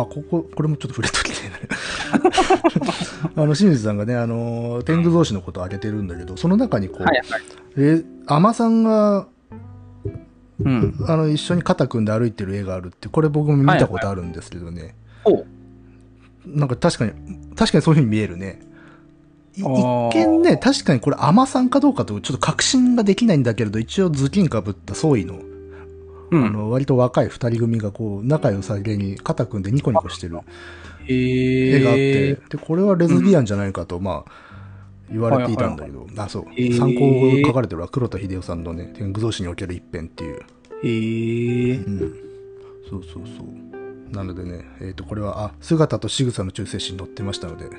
ここ、これもちょっと触れときたいな。 あの、清水さんがね、あの、天狗同士のことを挙げてるんだけど、その中にこう、
はい。
え、海女さんが、
うん。
あの、一緒に肩組んで歩いてる絵があるって、これ僕も見たことあるんですけどね。
ほう。
なんか確かに、確かにそういうふうに見えるね。い
あー
一見ね、確かにこれ、アマさんかどうかと、ちょっと確信ができないんだけれど、一応、頭巾かぶった総意の、
う
あ
ん。
の、割と若い二人組が、こう、仲良さげに肩組んでニコニコしてる絵があっ
へ
て、
え。
で、これはレズビアンじゃないかと、まあ、言われていたんだけど、あ、そう、
へー
参考書かれてるは黒田秀夫さんのね、天狗同士における一編っていう。
へえ。
うん、そうそうそう。なのでね、えっ、と、これは、あ、姿と仕草の中性詞に載ってましたので、うん。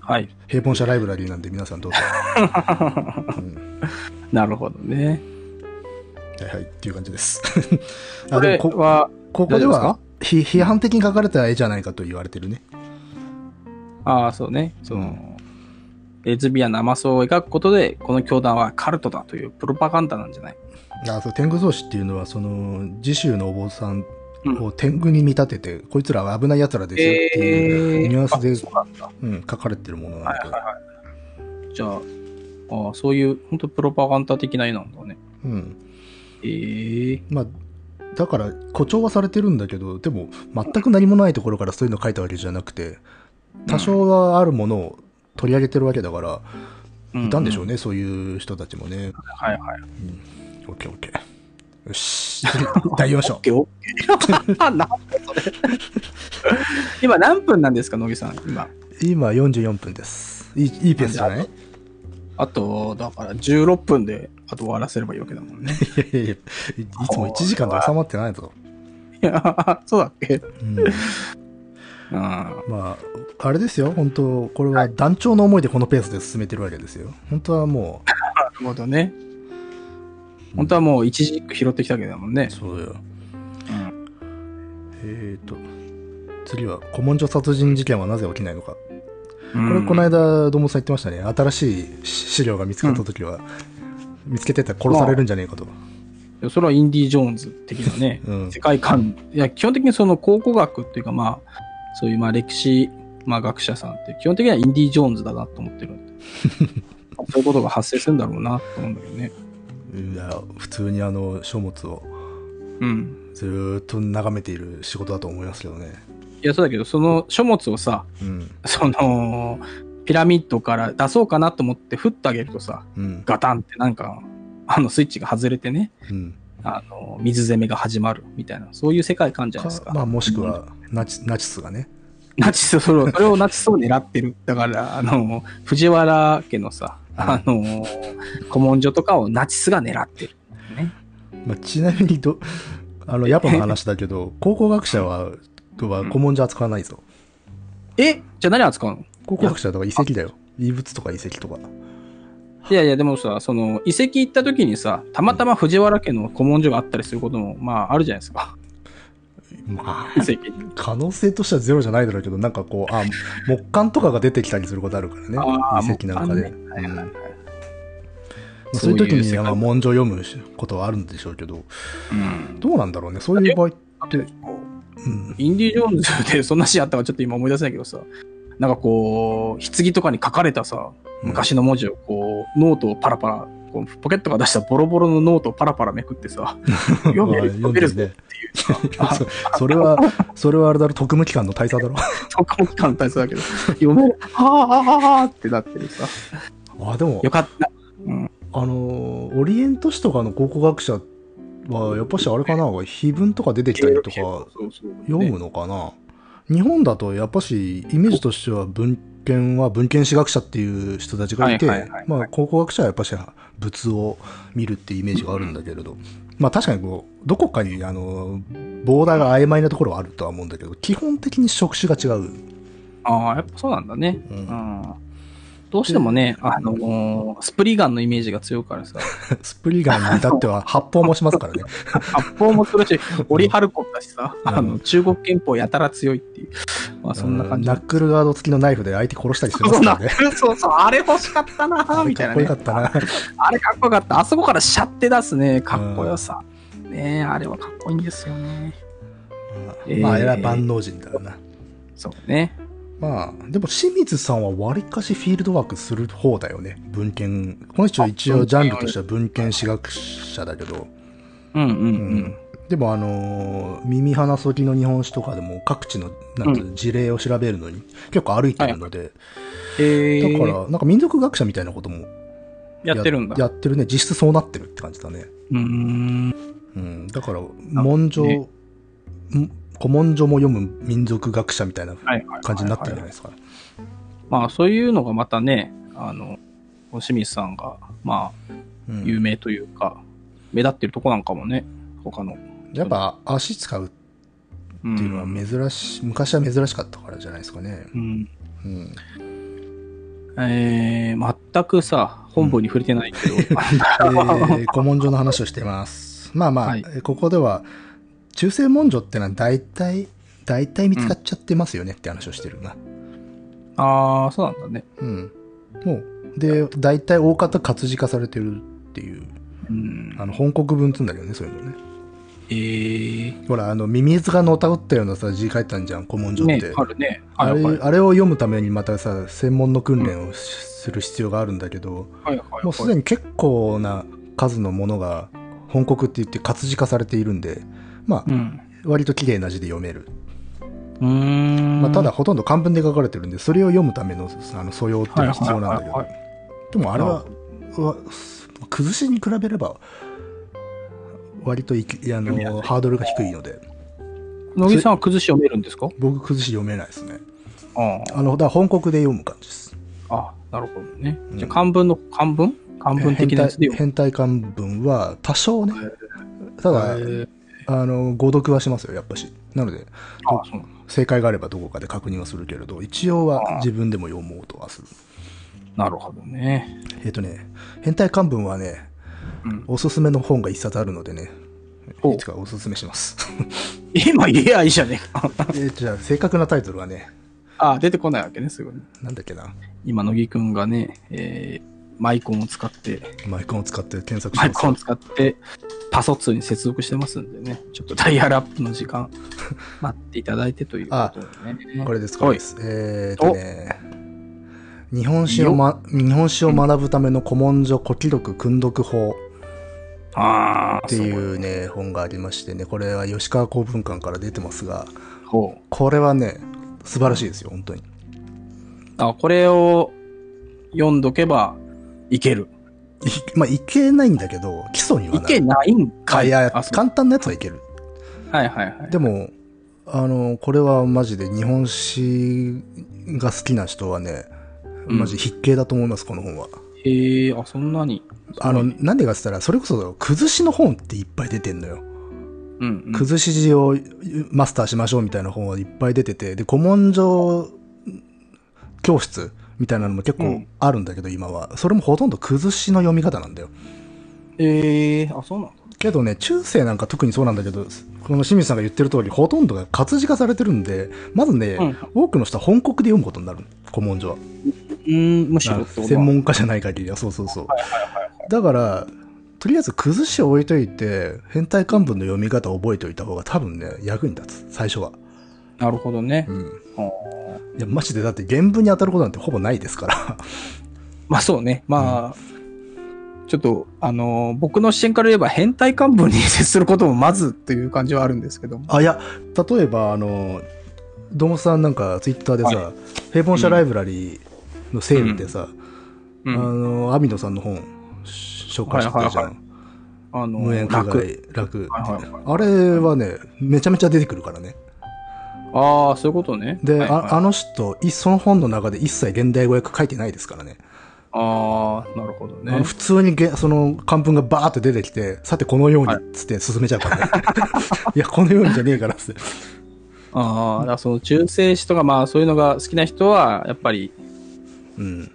はい。
平凡者ライ ブラリーなんで皆さんどうぞ。うん
なるほどね。
はいはいっていう感じですあ
こ
で
れ
もこ
は、
ここで
大丈夫
はひ批判的に書かれた絵じゃないかと言われてるね
ああ、そうね。その、レズビアンの甘さを描くことで、この教団はカルトだというプロパガンダなんじゃない
あそう天狗草子っていうのはその次州のお坊さん
うん
を天狗に見立てて、こいつらは危ない奴らですよっていうニュアンスで、
あそうなんだ。
うん、書かれてるものなんだけど、
じゃあ、ああそういう、本当プロパガンダ的な絵なんだね。
うん、
ええ
まあだから誇張はされてるんだけどでも全く何もないところからそういうの書いたわけじゃなくて多少はあるものを取り上げてるわけだから、いたんでしょう
ね。
ね、そういう人たちもね。
はいはい。
オッケーオッケー。よし、次第4
オ
章
ッ。ケーオッケー なんだそれ今何分なんですか、野木さん。今。
今44分です。いいいいペースじゃない
あと、だから16分で、あと終わらせればいいわけだもんね。
いやいや いや、いいつも1時間で収まってないぞ。
いや、そうだっけ
うん、
うん。
まあ、あれですよ、本当これは団長の思いでこのペースで進めてるわけですよ。本当はも
なるほどね。本当はもう一時拾ってきたわけだもんね
う、。そうよ。
うん
えっ、と、次は、古文書殺人事件はなぜ起きないのか。
うん
これ、この間、どうもさん言ってましたね。新しい資料が見つかった時は、見つけてたら殺されるんじゃねえかと。、
いやそれはインディ・ジョーンズ的なね
うん
世界観いや基本的にその考古学っていうかまあそういうまあ歴史、まあ、学者さんって基本的にはインディ・ジョーンズだなと思ってるん でそういうことが発生するんだろうなと思うんだけどね
いや普通にあの書物を
うん
ずーっと眺めている仕事だと思いますけどね。
いやそうだけどその書物をさ
うん。
そのピラミッドから出そうかなと思って振ってあげるとさ
うん。
ガタンってなんかあのスイッチが外れてね
うん。
あの水攻めが始まるみたいなそういう世界観じゃないですか
かまあ、もしくはナチ、ナチスがね。
ナチス、それを、それをナチスを狙ってる。だから、あの、藤原家のさ、あの、古文書とかをナチスが狙ってる。ね。
まあ、ちなみにど、 あの、野暮の話だ けど、考古学者は、は古文書扱わないぞ。
えじゃあ何扱うの
考古学者とか遺跡だよ。遺物とか遺跡とか。
いやいや、でもさ、その、遺跡行った時にさ、たまたま藤原家の古文書があったりすることも、まあ、あるじゃないですか。遺
まあ、
跡。
可能性としてはゼロじゃないだろうけど、なんかこう、あ、木簡とかが出てきたりすることあるからね。
あー
遺跡なんかで。
もうはいはいはい
うんまあそういう時
そういう世
に、
界
まあ、文書を読むことはあるんでしょうけど、
うん。
どうなんだろうね。そういう場合って、うん。
インディ・ジョーンズでそんなシーンあったかちょっと今思い出せないけどさ、なんかこう、棺とかに書かれたさ、昔の文字をこう、ノートをパラパラ、こうポケットが出したボロボロのノートをパラパラめくってさ、 読める、
ま
読
あ
める
読んで
ぞ
ね そそれは、それはあれだろ、特務機関の大佐だろ。
そこも簡単そうだけど、読める、はあはあはあってなってるさ、
あ、でも
よ、かった。
あのー、オリエント史とかの考古学者は、やっぱしあれかな、碑文とか出てきたりとか、
そうそう
読
ね
むのかな。日本だと、やっぱし、イメージとしては文献は文献史学者っていう人たちがいて
はいはいはいはい、
まあ、考古学者はやっぱし物を見るっていうイメージがあるんだけれど、まあ確かにこう、どこかに、あのー、ボーダーが曖昧なところはあるとは思うんだけど、基本的に職種が違う。
ああ、やっぱそうなんだね。
う
うんん。どうしてもね、あのースプリガンのイメージが強いからさ、
スプリガンに至っては発砲もしますからね。
発砲もす るし、オリハルコンだしさ、
うん
あの中国憲法やたら強いっていう、ま あそんな感じ。
ナックルガード付きのナイフで相手殺したりしてま
そ
す
う
から
な
ね。
そうそう、あれ欲しかったな
あ
ぁ、
れ
みたいな
かっ
ね
こよか。ったな。
あれかっこよかった。あそこからシャって出すね、かっこよさ。ねえあれはかっこいいんですよね。えー
まあ、えらい万能人だよな。
そうね。
まあ、でも清水さんは割かしフィールドワークする方だよね。文献。この人は一応ジャンルとしては文献史学者だけど。
うんうん
う
うん
ん。でもあのー耳鼻そぎの日本史とかでも各地のなんていうの事例を調べるのに結構歩いてるので、
え
だ
ー、
からなんか民族学者みたいなことも
やってるんだ。
やってるね実質そうなってるって感じだね。
うーん。
うん、だから
な
文書、
ね
ん古文書も読む民族学者みたいな
はいはいはいはい
感じになってるじゃないですか。
まあそういうのがまたね、あの、清水さんが、まあ、
うん
有名というか、目立ってるとこなんかもね、他の。
やっぱ足使うっ
うん
ていうのは珍し、い昔は珍しかったからじゃないですかね。
うん。
うん、
えー、全くさ、本文に触れてないけど、
えー古文書の話をしてます。ます。まあまあ、
はい
えここでは、中世文書ってのは大体、大体見つかっちゃってますよねって話をしてるな。
ああ、そうなんだね。
うん。もう、で、大体大方活字化されてるっていう、
うん。
あの、本国文っつうんだけどね、そういうのね。
えー、
ほら、あの、ミミズがのたうったようなさ、字書いたんじゃん、古文書って。
ね、あるね。あは
あ
い
れ
はい
あれを読むためにまたさ専門の訓練をしする必要があるんだけど、
はいはい。
もうすでに結構な数のものが本国って言って活字化されているんで、まあ、
うん。
割と綺麗な字で読める、
うーん。
まあ、ただ、ほとんど漢文で書かれてるんでそれを読むためのあの素養っていうのが必要なんだ
は
け
い
ど
はいは
でもあれは
あ
うわす崩しに比べれば割といきあ
読みやす
の
い
ハードルが低いので
野木さんは崩し読めるんですか
僕崩し読めないですね
あ
あのだから本国で読む感じです
あ。ああ、なるほどね。
うん
じゃあ、漢文の、漢文漢文的なやつで読
変態変態漢文は多少ね
へ
た
む。
だ、
えー
あの誤読はしますよやっぱしなので
ああ、そうなんだ。
正解があればどこかで確認はするけれど一応は自分でも読もうとはする
なるほどね。
えっ、とね変態漢文はね
うん、
おすすめの本が一冊あるのでね
ほう
いつかおすすめします
今言えやいいじゃねえか。
えじゃあ正確なタイトルはね
ああ、出てこないわけね、すごい。
なんだっけな
今、乃木くんがね、えーマイコンを使って、
マイコンを使って検索し
マイ
ます
コンを使って、パソ2に接続してますんでね、ちょっとダイヤルアップの時 間、待っていただいてということでね。
これですこれですえっ、とね日本
い
史
いよ
を、ま、日本史を学ぶための古文書古記録訓読法
ああ、
ってい
そう
うね、本がありましてね、これは吉川公文館から出てますが、
ほう。
これはね、素晴らしいですよ、本当に。
あ、これを読んどけばいける。
いまあ、いけないんだけど、基礎にはいなる。
けないん
あ
かい。
いや、
あそう
簡単なやつはいける。
はいはいはい。
でも、あの、これはマジで日本史が好きな人はね、
うん
マジ筆形だと思います、この本は。
へえ、あ、そんなに。
あの、なんでかって言ったら、それこそ、崩しの本っていっぱい出てんのよ。
うん、うん。
崩し字をマスターしましょうみたいな本はいっぱい出てて、で、古文書教室みたいなのも結構あるんだけど、今は。それもほとんど崩しの読み方なんだよ。
ええあ、そうなんだ。
けどね、中世なんか特にそうなんだけど、この清水さんが言ってる通り、ほとんどが活字化されてるんで、まずね、
うん
多くの人は本国で読むことになる。古文書は。
うん、むしろってことは
専門家じゃない限りは、そうそうそう。だから、とりあえず崩しを置いといて、変態漢文の読み方を覚えておいた方が多分ね、役に立つ。最初は。
なるほどね。
うん。
あー
いや、マジでだって原文に当たることなんてほぼないですから。
まあそうね。まあ、ちょっと、あのー僕の視点から言えば変態幹部に接することもまずという感じはあるんですけども。
あ、いや、例えば、あの、どもさんなんかツイッターでさ、
は
平凡者ライブラリーのセールでさ、
うん
あの、アミノさんの本、し紹介してたじゃん。
はいはいあのー
無縁苦
楽。
害、楽。
はいはいは
あれはね、めちゃめちゃ出てくるからね。
ああ、そういうことね。は
で、
いはい
ああの人、いその本の中で一切現代語訳書いてないですからね。
あーなるほど
あの
ね。
普通にげその漢文がバーって出てきて、さてこのようにっつって進めちゃうからね。 い、や、このようにじゃねえからっつって。
ああ、だからその中性子とか、まあそういうのが好きな人は、やっぱり、
うん。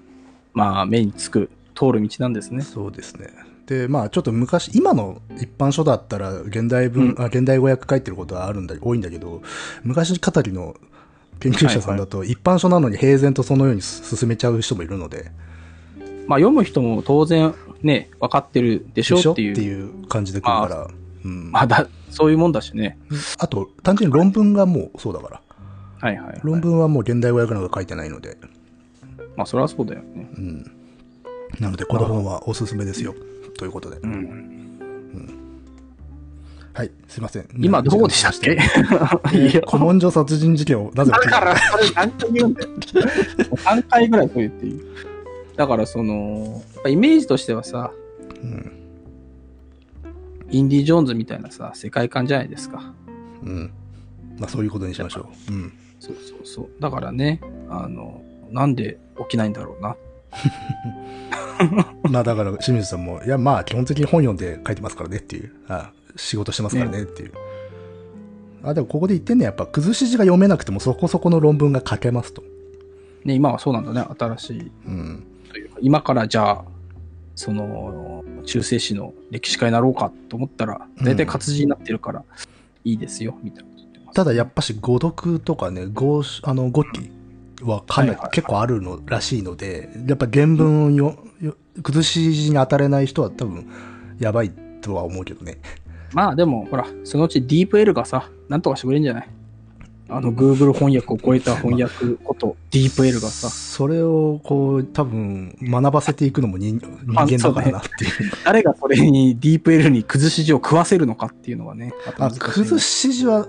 まあ目につく、通る道なんですね。
そうですね。で、まあちょっと昔、今の一般書だったら現代文、
うん
あ現代語訳書いてることはあるんだ、多いんだけど、昔語りの研究者さんだと、一般書なのに平然とそのように進めちゃう人もいるので、
まあ読む人も当然ね、分かってるでしょ
でしょ
っ
ってて
いう。
いう感じでくるから、うん。
まあだ、そういうもんだしね。
あと、単純に論文がもうそうだから、
はいはい、はい。
論文はもう現代語訳なんか書いてないので、
まあそれはそうだよね。
うん。なので、この本はおすすめですよ。ということで。
うん。
はい、すいません。
今どこでしたっけ いや
古文書殺人事件をなぜ
だ
起きた
か
の
ら、それ何回言うんだよ。3回ぐらいそう言っていい。だから、その、やっぱイメージとしてはさ、
うん。
インディ・ジョーンズみたいなさ、世界観じゃないですか。
うん。まあ、そういうことにしましょう。うん。
そうそうそう。だからね、あの、なんで起きないんだろうな。
まあだから清水さんも、いやまあ基本的に本読んで書いてますからねっていう、あ仕事してますからねっていう。あ、でもここで言ってんね、やっぱ崩し字が読めなくてもそこそこの論文が書けますと。
ね、今はそうなんだね、新しい
うん。
というか、今からじゃあ、その中世史の歴史家になろうかと思ったら
うん
大体活字になってるからいいですよ、みたいなこと言ってます
ただやっぱし語読とかね語あの語記はかなり、
はいはいはい
結構あるのらしいのでやっぱ原文をよよ崩し字に当たれない人は多分やばいとは思うけどね
まあでもほらそのうち DeepL がさなんとかしてくれるんじゃないあの Google 翻訳を超えた翻訳こと DeepL がさ
それをこう多分学ばせていくのも人人間だからなっていう
誰がそれに DeepL に崩し字を食わせるのかっていうのはねまた
あ
難しい
崩し字は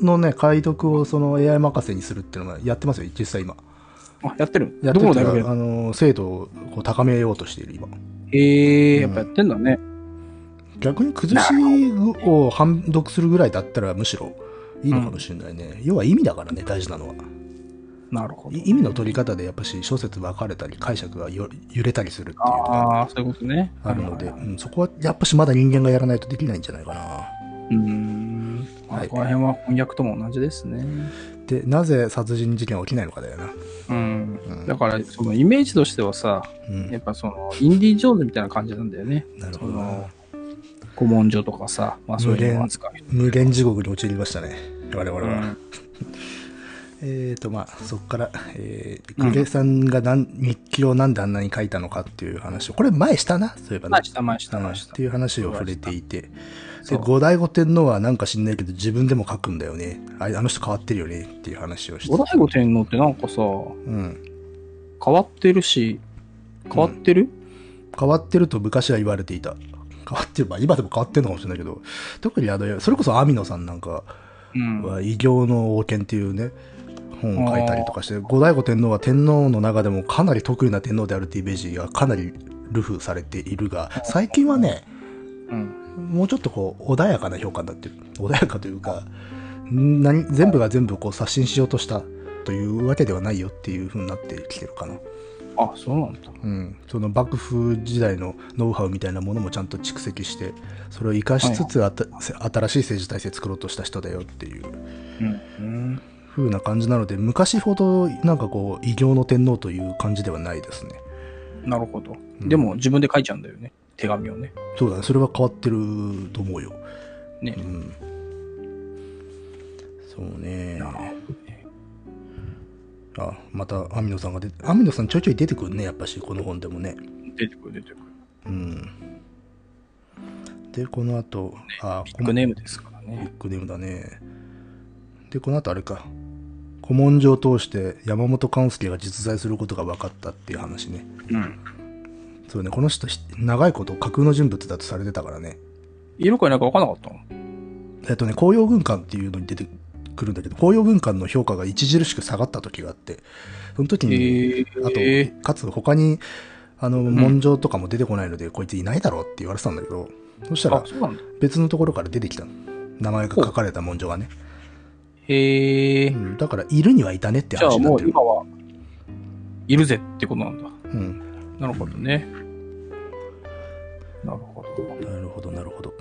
のね解読をその AI 任せにするっていうのはやってますよ実際今
あやってる
やっ
ど
て
この
た
大学やっ
らあの精度をこう高めようとしている今
へえ
うん
やっぱやってんだね、
逆に崩しを判読するぐらいだったらむしろいいのかもしれないね、要は意味だからね大事なのは
なるほど
い意味の取り方でやっぱし諸説分かれたり解釈がよ揺れたりするっていうのが
ああそういうことね
あるので、、
はいう
ん、そこはやっぱしまだ人間がやらないとできないんじゃないかな
うーんまあ
はい
ここら辺は翻訳とも同じですね
でなぜ殺人事件は起きないのかだよな、
うん
うん
だからそのイメージとしてはさ
うん
やっぱそのインディ・ジョーンズみたいな感じなんだよね
なる
そ
ほどな
の古文書とかさ、まあ、そういうのを扱う人
無限地獄に陥りましたね我々
う
は、
ん
えーとまあ、そこから、えー、
うん
久家さんがなん日記をなんであんなに書いたのかっていう話をこれ前したなそういえばね
前した前した前し
うん
た
っていう話を触れていて
そ
で
う
後醍醐天皇はなんか知んないけど自分でも書くんだよねああの人変わってるよねっていう話をして
後醍醐天皇ってなんかさ
うん、
変わってるし変わってる、
変わってると昔は言われていた変わってるまあ今でも変わってるのかもしれないけど特にあのそれこそ網野さんなんか
うん
は「異形の王権」っていうね本を書いたりとかして後醍醐天皇は天皇の中でもかなり得意な天皇であるってイメージがかなり流布されているが最近はね
うん
もうちょっとこう穏やかな評価になってる穏やかというかん何全部が全部こう刷新しようとしたというわけではないよっていう風になってきてるかな、
あそうなんだ
うん、その幕府時代のノウハウみたいなものもちゃんと蓄積してそれを生かしつつあた新しい政治体制作ろうとした人だよっていう
うん
風な感じなので昔ほどなんかこう異形の天皇という感じではないですね
うんなるほど、
うん
でも自分で書いちゃうんだよね手紙をね
そうだねそれは変わってると思うよ
ね
うんそうね
なるほどね
あまた網野さんが出て網野さんちょいちょい出てくるねやっぱしこの本でもね
出てくる出てくる
うんでこの後あ
ビッグネームですからね
ビッグネームだねでこの後あれか古文書を通して山本勘介が実在することが分かったっていう話ね
うん
そうねこの人ひ長いこと架空の人物だとされてたからね
色かいないか分かんなかったの
えっとね紅葉軍艦っていうのに出てくるんだけど紅葉軍艦の評価が著しく下がった時があってその時
え
に、
え
あとかつ他にあの文章とかも出てこないので、こいついないだろうって言われてたんだけどそした
あ
ら
そうなんだ
別のところから出てきたの名前が書かれた文書がね、
へえ
うんだからいるにはいたねって
じゃあ
話にな
も
って
う
る
今はいるぜってことなんだ
うん、
なるほどねなるほどで
なるほどなるほど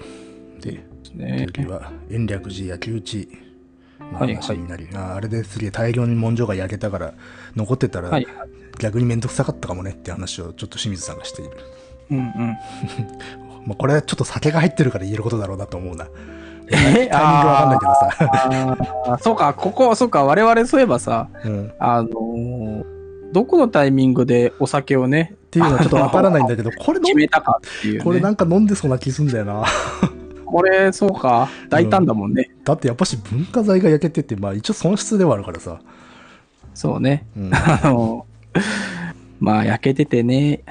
です
ね
次は延暦寺焼き討ちの
はい
話になり、あーあれですげえ大量に文書が焼けたから残ってた
は
ら
い
逆に面倒くさかったかもねって話をちょっと清水さんがしている、
うんうん
まあ、これはちょっと酒が入ってるから言えることだろうなと思うな
え
タイミングわかんないけどさ、
あーそう か、ここ、そうか、我々そういえばさ、
うん、っ
あのーどこのタイミングでお酒をね、って
いうのはちょっとわからないん だけどこれ飲
決
ん
めたかっていう、ね。
これなんか飲んでそうな気すんだよな
これそうか、大胆だもんね。
だってやっぱし文化財が焼けてってまあ一応損失ではあるからさ、
そうね。
うん
あのーまあ、焼けててね、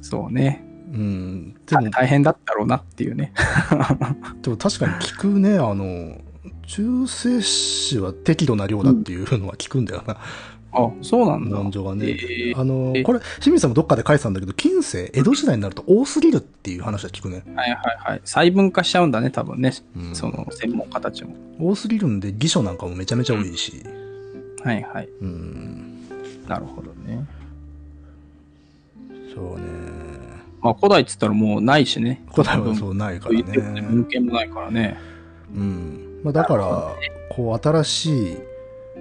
そうね。
うん、で
た
も
大変だったろうなっていうね。
でも確かに聞くねあの中性子は適度な量だっていうのは聞くんだよな、
あ、そうなんだ。
文書がね、
えー
あの
えー
これ清水さんもどっかで書いてたんだけど近世江戸時代になると多すぎるっていう話は聞くね、
はいはいはい。細分化しちゃうんだね、多分ね。
うん
その専門家たちも。
多すぎるんで偽書なんかもめちゃめちゃ多いし、
はいはい。
うん、
なるほどね。
そうね
まあ、古代っつったらもうないしね。
答えはそうないから
言ってもね
ね
文献もないからね。
うんまあ、だからこう新しい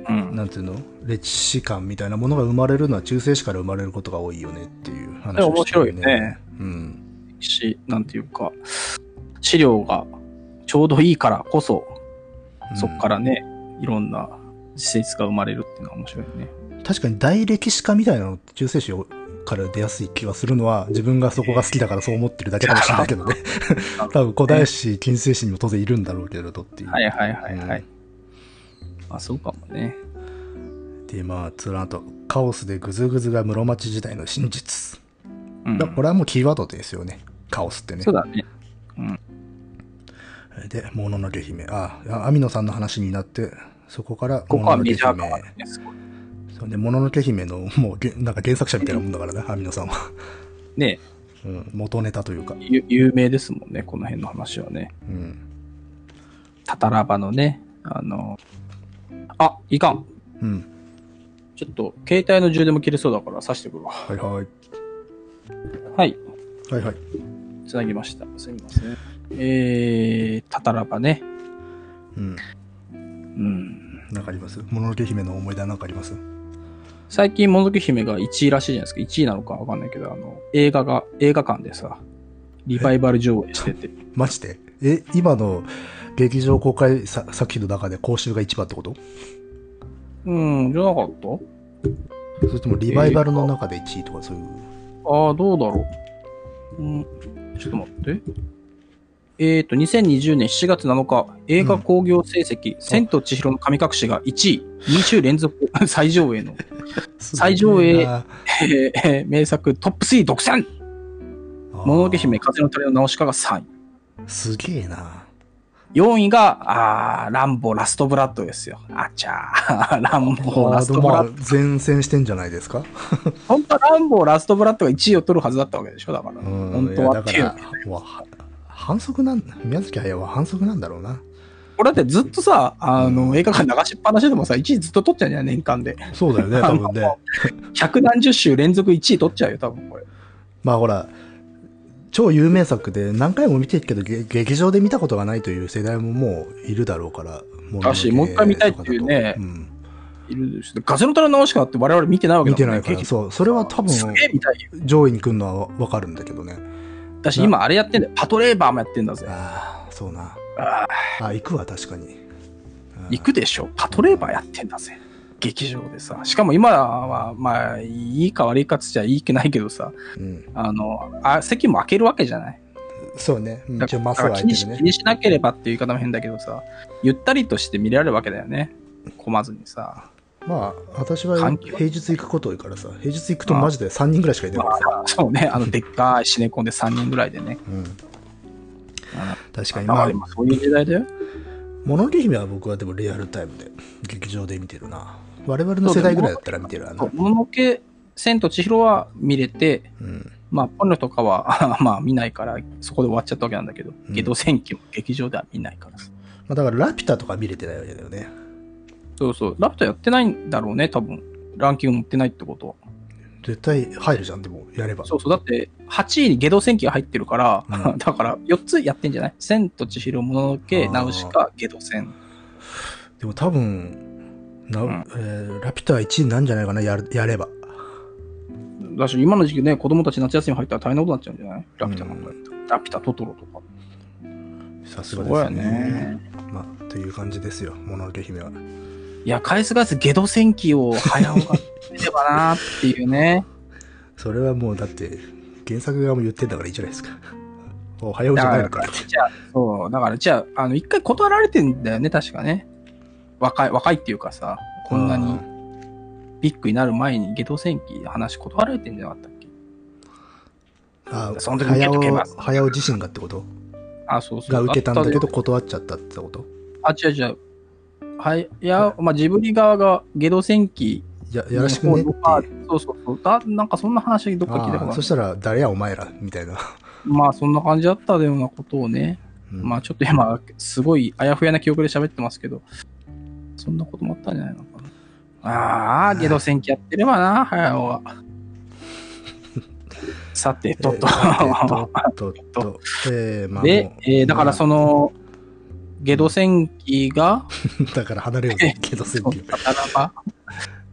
うん。
なんていうの歴史観みたいなものが生まれるのは中世史から生まれることが多いよねっていう話をしてる
面白いよね。
うん。。
し、なんていうか、資料がちょうどいいからこそ、そっかららね、いろんな施設が生まれるっていうのは面白いよね。
確かに大歴史家みたいなのって中世史から出やすい気はするのは自分がそこが好きだからそう思ってるだけかもしれないけどね。 多分古代史、近世史にも当然いるんだろうけれどっていう。
はいはいはいはい。
う
あ、そうかもね。
で、まあ、その後、カオスでグズグズが室町時代の真実。
うん
だ。これはもうキーワードですよね。カオスってね
そう。だね。
で、もののけ姫。あ、あ網野さんの話になって、そこから、
ここはメジャー感
もの
が
の
あ
け
る
姫。
ね。すごい
そうね、もののけ姫の、もうげ、なんか原作者みたいなもんだからね、網野さんは。
ね
うん、元ネタというか。
ゆ有名ですもんね、この辺の話はね。
うん。
タタラバのね、あの、あ、いかん。
うん。
ちょっと、携帯の充電も切れそうだから、挿してくるわ。
はいはい。
はい、
はいはい。
つなぎました。すみません。えー、タタラバね。
うん。
うん。
なんかありますもののけ姫の思い出なんかあります
最近、もののけ姫が1位らしいじゃないですか。1位なのかわかんないけど、あの、映画が、映画館でさ、リバイバル上映してて。
マジでえ、今の劇場公開さ作品の中で公衆が一番ってこと
うん、じゃなかった
それともリバイバルの中で1位とかそういう。
ああ、どうだろう。うん、ちょっと待って。えっ、と、2020年7月7日、映画興行成績、千と千尋の神隠しが1位、2週連続 最上映の、最上映
あ
えーえー名作トップ3独占
ー
もののけ姫、風の鳥のナウシカが3位。
すげえな。
4位が、あーランボー、ラストブラッドですよ。あちゃー、 ランボー、
あ
ラ
ー
ス
で
トブ
もま
ラ
あ
ッド。
前線してんじゃないですか
本当はランボー、ラストブラッドが1位を取るはずだったわけでしょ、だから。
うん
本当
いや
は
だ
って
か
いう
ら。、わ反則なん、宮崎駿は反則なんだろうな。
これだってずっとさ、あの、
うん
映画館流しっぱなしでもさ、1位ずっと取っちゃうんじゃない年間で。
そうだ よね、多分ね。
百何十週連続1位取っちゃうよ、多分これ。
まあほら、超有名作で何回も見てるけど、げ劇場で見たことがないという世代ももういるだろうから。もののけ
だしもう一回見たいっていうね
とかだとうん
いるでしょ。ガゼの虎の直しかって我々見てないわけ
見
だ
て
もん
な
ね
いから、
劇場
そう。それは多分、
すげえ見たいよ。
上位に来るのはわかるんだけどね。
だし今あれやってんだよ。パトレーバーもやってんだぜ。
ああ、そうな。
あ
あ行くわ、確かに。
ー行くでしょ。パトレーバーやってんだぜ。劇場でさ。しかも今は、まあ、いいか悪いかっつっちゃいいけないけどさ、
うん。
あの、あ席も空けるわけじゃない。
そうね。うん
だ
一
か
応マ
ら
スは空
気
い
に
て
し
る
気
ね。
にしなければっていう言い方も変だけどさ、ゆったりとして見られるわけだよね。混まずにさ。
まあ、私は
環
平
境
日行くこと多いからさ、平日行くとマジで3人ぐらいしかいないか
ま
らさ。
あ、そうね、あの、でっかいシネコンで3人ぐらいでね。
うん。
あ
確か
の
に、
ま
ま
あ、
あ、
今そういう時代だよ。
もののけ姫は僕はでもリアルタイムで、劇場で見てるな。我々の世代ぐらいだったら見てるわな。
もののけ、千と千尋は見れて、
うん。
まあ、ポニョとかは、 まあ、見ないから、そこで終わっちゃったわけなんだけど、
うん
ゲド戦記も劇場では見ないからさ
まあ、だから、ラピュタとか見れてないわけだよね。
そうそう、ラプターやってないんだろうね、多分。ランキング持ってないってことは。
絶対入るじゃん、でも、やれば。
そうそう、だって、8位にゲド戦記が入ってるから、
う ん
だから、4つやってんじゃない千と千尋、もののけ、
あー
ナウシカ、ゲド戦。
でも多分、な
うん
えーラピュタは1位なんじゃないかな、やるやれば。
だし、今の時期ね、子供たち夏休み入ったら大変なことになっちゃうんじゃないラピュタなんか
う
ラピュタ、トトロとか。
さすがですね。
ね。
まあ、という感じですよ、もののけ姫は。
いや、返す返す、ゲド戦記を早尾が見ればなーっていうね。
それはもうだって原作側も言ってんだからいいじゃないですか。 お早う
だ
じゃ
か
な
ら
いのかって。、
じゃあ、そう、だから、じゃあ、あの、一回断られてんだよね、確かね。若い、若いっていうかさ、こんなにビッグになる前にゲド戦記の話断られてんじゃなかったっけ
あ
その時に受けとけば
早尾早尾自身がってこと
あ、そうそう。
が受けたんだけ
あった
ど断っちゃったってこと
あ、違う違う。はい、いや、まあ、ジブリ側がゲド戦記
ややらしくねっていう。
あそうそうそう。だなんかそんな話どっか聞いたこ
あ
と
あ
あ
そ
る
したら誰やお前らみたいな。
まあそんな感じだったようなことをね。
うん
まあちょっと今、すごいあやふやな記憶で喋ってますけど、そんなこともあったんじゃないのかな。ああ、ゲド戦記やってればな、早尾 は。さて、
え
とっと。
えっとっとっと。えーまあ
で
もう、
えーだからその、ゲド戦記 が、
だから離れようぜ、けどせっ
そう
き。
刀場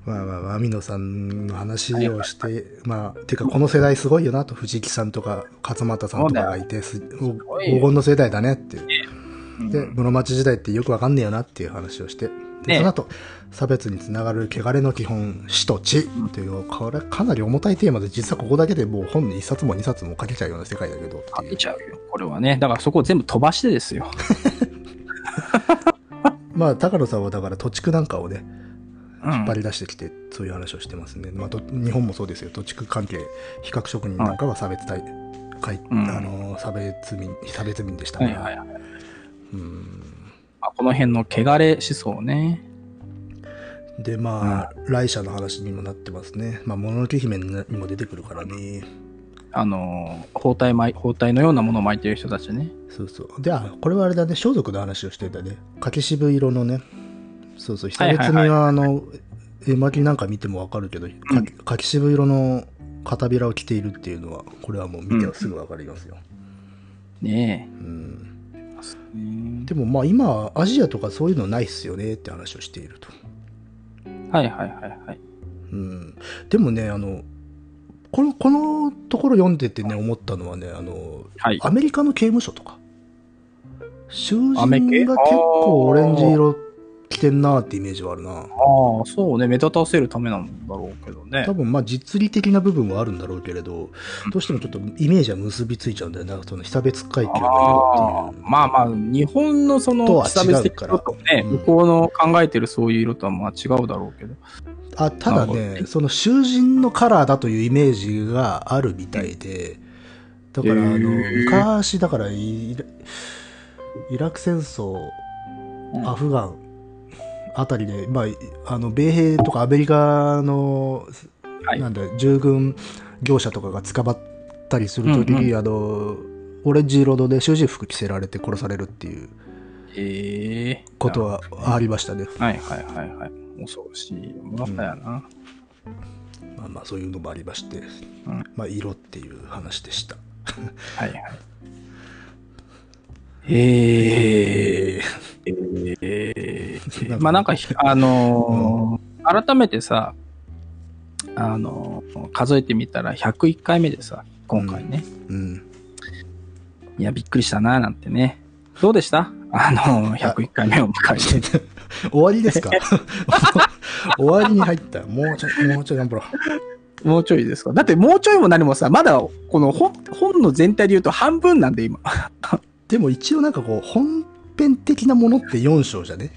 まあまあまあ、網野さんの話をして、まあ、てかこの世代すごいよなと、藤木さんとか勝俣さんとかがいて、す黄
ごいよ
金の世代だねっていう。
うん
で、室町時代ってよくわかんねえよなっていう話をして、で
ね
その後、差別につながる汚れの基本、死と地っていう、これかなり重たいテーマで、実はここだけでもう本に1冊も2冊も書けちゃうような世界だけどって
か
いう
け。ちゃうよ、これはね。だからそこを全部飛ばしてですよ。
まあ、高野さんはだから、土地区なんかをね、
うん
引っ張り出してきて、そういう話をしてますね。まあ、ど日本もそうですよ。土地区関係、比較職人なんかは差別対、かい
ん
あのー差別民、差別民でした
は
ね。
いはいはいま
うん
あこの辺の汚れ思想ね。
で、まあ、来者の話にもなってますね。まあ、もののけ姫にも出てくるからね。
あのー、包帯巻い包帯のようなものを巻いてる人たちね。
そうそう。で、あ、これはあれだね、装束の話をしてたね。柿渋色のね。そうそう、久
はいはい
月
はい
みは、あの、絵巻なんか見てもわかるけど、か柿渋色の片びらを着ているっていうのは、これはもう見てはすぐわかりますよ。
ね
うん。
え。ね
でも、まあ、今、アジアとかそういうのないっすよねって話をしていると。
はいはいはいはい。
うん。でもね、あの、この、このところ読んでてね、思ったのはね、あの、
はい。
アメリカの刑務所とか。囚人が
アメ系
結構オレンジ色着てんなーってイメージはあるな。
ああ、そうね。目立たせるためなんだろうけどね
多。分まあ実利的な部分はあるんだろうけれど、どうしてもちょっとイメージは結びついちゃうんだよな、その被差別階級の色
ああ
っていう。
まあまあ、日本のそ
と
の
は
差別的
違うから
色とね、
うん
向こうの考えてるそういう色とはまあ違うだろうけど。
あただ
なるほど
ね、その囚人のカラーだというイメージがあるみたいで、だからあの、
へー
昔、だからイライラク戦争、
うん
アフガンあたりで、まあ、あの米兵とかアメリカの、
はい
なんだ従軍業者とかが捕まったりするときに、
うん
あのオレンジ色の、ね、囚人服着せられて殺されるっていう
ええ
ことはありましたね。
はいはいはいはい。恐ろしいものだよな。
まあまあそういうのもありまして、
うん
まあ色っていう話でした。
はいはい。ええええまあなんかひ、あのー改めてさ、あのー数えてみたら101回目でさ、今回ね、
うん。
いや、びっくりしたな、なんてね。どうでしたあのー、101回目を迎えて。
終わりで すか終わりに入った。もうちょい、もうちょい頑張ろ
もうちょいですかだってもうちょいも何もさ、まだこの本、本の全体で言うと半分なんで今。
う。でも一応なんかこう、本編的なものって4章じゃね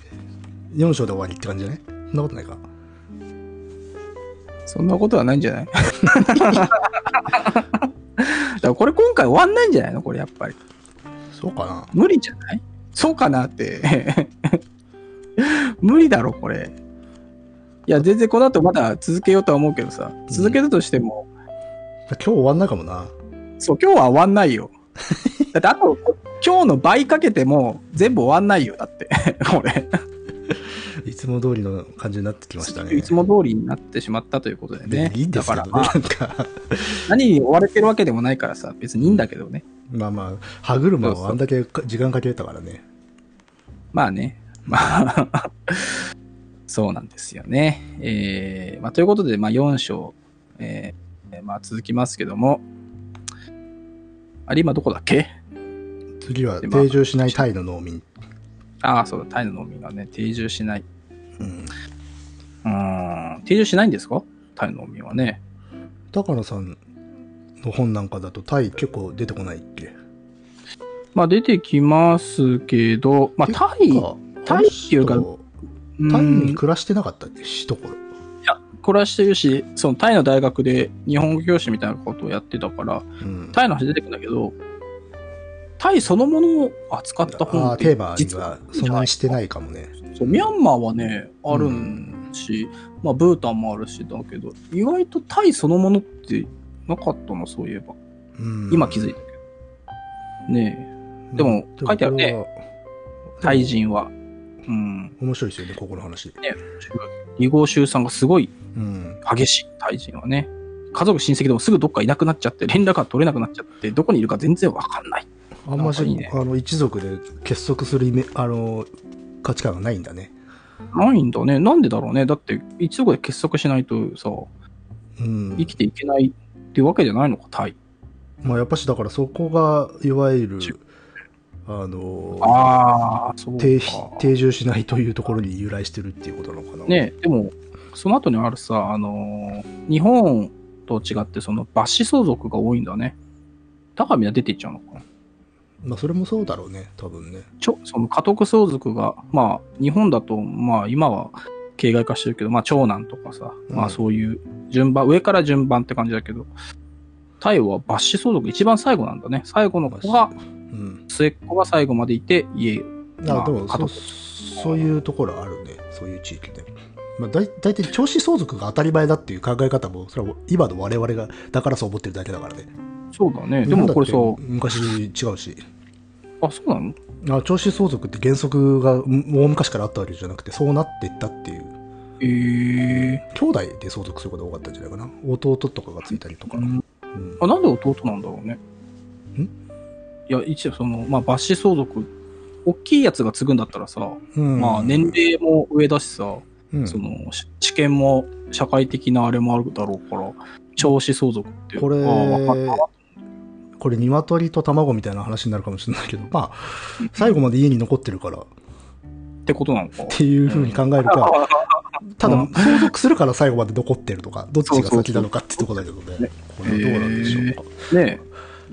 ?4 章で終わりって感じじゃねそんなことないか。
そんなことはないんじゃない だからこれ今回終わんないんじゃないのこれやっぱり。
そうかな
無理じゃないそうかなって。 無理だろ、これ。いや、全然この後まだ続けようとは思うけどさ、続けたとしても、
今日終わんないかもな。
そう、今日は終わんない よ。だってあと、今日の倍かけても全部終わんないよ、だって。 これ、
いつも通りの感じになってきましたね。
いつも通りになってしまったということでね
ね。いいんですけど
だ
ね。
から、まあ
なんか、
何に追われてるわけでもないからさ、別にいいんだけどね。
まあまあ、歯車をあんだけか時間かけたからね。
まあね。 まあ、そうなんですよね。えーまあ、ということで、まあ、4章、えーまあ、続きますけども、あれ、今どこだっけ
次は、
でまあ
定住しないタイの農民。
ああ、そうだ、タイの農民がね、定住しない。
うん。
うーん、定住しないんですかタイの農民はね。
高野さんの本なんかだとタイ結構出てこないっけ
まあ、出てきますけど、まあ、タイ、タイっていうか
あの
う
人
ん
タイに暮らしてなかったっけ一頃。
暮らしてるし、そのタイの大学で日本語教師みたいなことをやってたから、
うん。
タイの話出てくるんだけど、タイそのものを扱った本
あ
っ
あ
て
テーマに
実
は
は
そんなにしてないかもね。
そうミャンマーはね、ある
うん
し、まあ、ブータンもあるしだけど、意外とタイそのものってなかったな、そういえば。
うん
今気づいたけど。ねでも書いてあるね。
こ
え、
れは
タイ。人は。うん。
面白いですよね、ここの話。
離合集散がすごい
うん。
激しい、タイ人はね。家族、親戚でもすぐどっかいなくなっちゃって、連絡が取れなくなっちゃって、どこにいるか全然わかんない。
あんまし、
なんかいいね
あの一族で結束するイメあの価値観がないんだね。
ないんだね。なんでだろうね。だって、一族で結束しないとさ、
うん
生きていけないってわけじゃないのか、タイ。
まあ、やっぱしだからそこがいわゆる
ち
あの
ああ、そう
定ひ
か。
定住しないというところに由来してるっていうことなのかな。
ねでも、その後にあるさ、あのー日本と違って、その、バシ相続が多いんだね。だからみんな出ていっちゃうのかな。
まあ、それもそうだろうね多分ね。
ちょ、その、家督相続が、まあ、日本だと、まあ、今は、形骸化してるけど、まあ、長男とかさ、
うん
まあ、そういう、順番、上から順番って感じだけど、タイはバシ相続一番最後なんだね。最後の子が、
うん、
末っ子が最後までいて家をま
あ
あ
でも
家
そ
族
そういうところあるねそういう地域で。まあ、だい大体長子相続が当たり前だっていう考え方もそれは今の我々がだからそう思ってるだけだからね。
そうだねでもこれさ
昔違うし。
あそうなの
あ長子相続って原則がもう昔からあったわけじゃなくてそうなっていったっていう
ええ
兄弟で相続することが多かったんじゃないかな弟とかがついたりとか、うん
あなんで弟なんだろうね
ん
いや一応そのまあ罰子相続大きいやつが継ぐんだったらさ、
うん
まあ年、齢も上だしさ、
うん
そのし知見も社会的なあれもあるだろうから長子相続って
これ
ああわかったわ
これ鶏と卵みたいな話になるかもしれないけどまあ最後まで家に残ってるからっ
ってことなのか
ていうふうに考えるか、た
う
だ
ん
相続するから最後まで残ってるとかどっちが
そうそう
先なのかってとこだけどねこ
う
れはどうなんでしょうか、
ねえ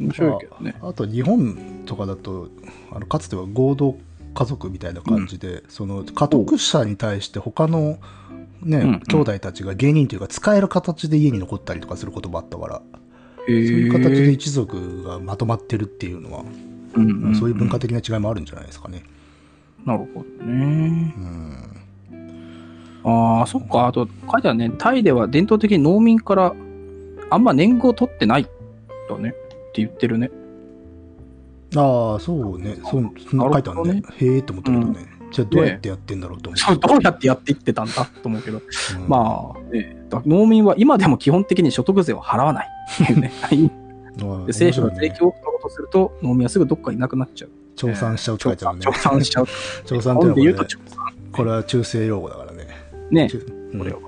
面白いけどね
あと日本とかだとあのかつては合同家族みたいな感じで、その家督者に対して他の
うんう
ね、
ん
兄弟たちが芸人というか使える形で家に残ったりとかすることもあったから、
そう
そういう形で一族がまとまってるっていうのは、そういう文化的な違いもあるんじゃないですかね。
なるほどね
うん
ああ、そっか。あと、書いてあるね、タイでは伝統的に農民からあんま年貢を取ってないだねって言ってるね。
ああそうねそうそんな書いてある
な
ね
る
へえって思ったけどね、じゃあどうやってやってんだろうと思
そう
っ
どうやってやっていってたんだと思うけど、
て、うん
まあ、ね、だ農民は今でも基本的に所得税を払わないっていう ね。はい
ああ
で政府
面
が税
白いね
金を取ろうとすると、農民はすぐどっかいなくなっちゃう。
調査しちゃうって書いてあるね
調査しちゃ う。
調
日
査
本
っていうのはこ
で言
れ
うと
ね
調査。
これは中性用語だからね。
ね、
中うん
これは。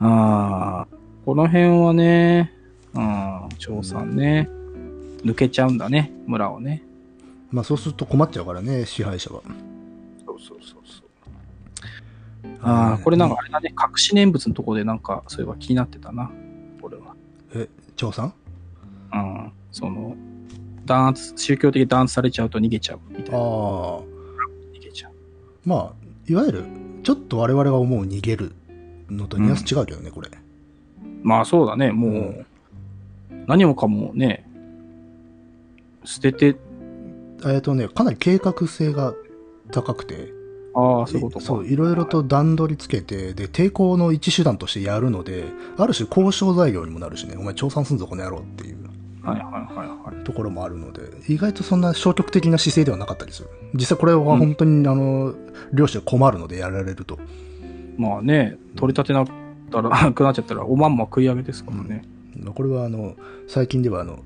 ああ、この辺はね、うん、調査ね、抜けちゃうんだね、村をね。
まあそうすると困っちゃうからね、支配者は。
そうそうそうそう。ああ、これなんかあれだね、隠し念仏のとこでなんか、そういえば気になってたな、これは。
え、張さん
うん、その、弾圧、宗教的に弾圧されちゃうと逃げちゃうみたいな。
ああ。
逃げちゃう。
まあ、いわゆる、ちょっと我々が思う逃げるのとニュアンス違うけどね、これ。
まあそうだね、もう、
うん
何もかもね、捨てて、
えっとね、かなり計画性が高くて、
ああ、そういうことか。
そう、いろいろと段取りつけて、で、抵抗の一手段としてやるので、ある種交渉材料にもなるしね、お前、調査すんぞ、この野郎っていう
はいはいはいはい。
ところもあるので、意外とそんな消極的な姿勢ではなかったりする。実際これは本当に、あの、両親が困るのでやられると。
まあね、取り立てなったら、なくなっちゃったら、おまんま食い上げですからね。
まあこれはあの最近ではあの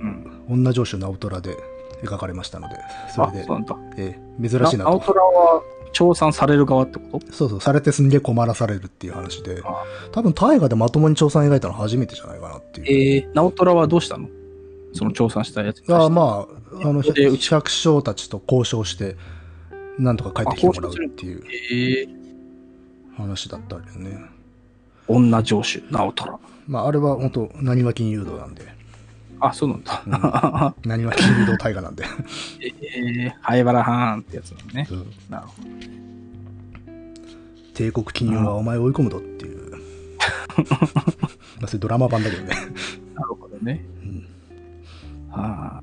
うん。
女上司の直虎で描かれましたのでそ
あ
れ、で
そうなんだ。
ええ珍しいな
な青
と
虎は、調査される側ってこと
そうそうされてすんげえ困らされるっていう話で
あ
多分大河でまともに調査描いたの初めてじゃないかなっていう、
えー、直虎はどうしたのその調査したやつに対して
ああまああの
でう
百
ち
百姓たちと交渉してなんとか帰ってきてもらうっていう
えー、
話だったんだよね
女上司、直虎。
まああれは本当何は金誘導なんで
あ、そうなんだ。
何は金誘導大河 なんで
えー、灰原はーんってやつだね。
うん
なるほど。
帝国金融はお前を追い込むぞっていうまあそれドラマ版だけどね
なるほどね。はあ、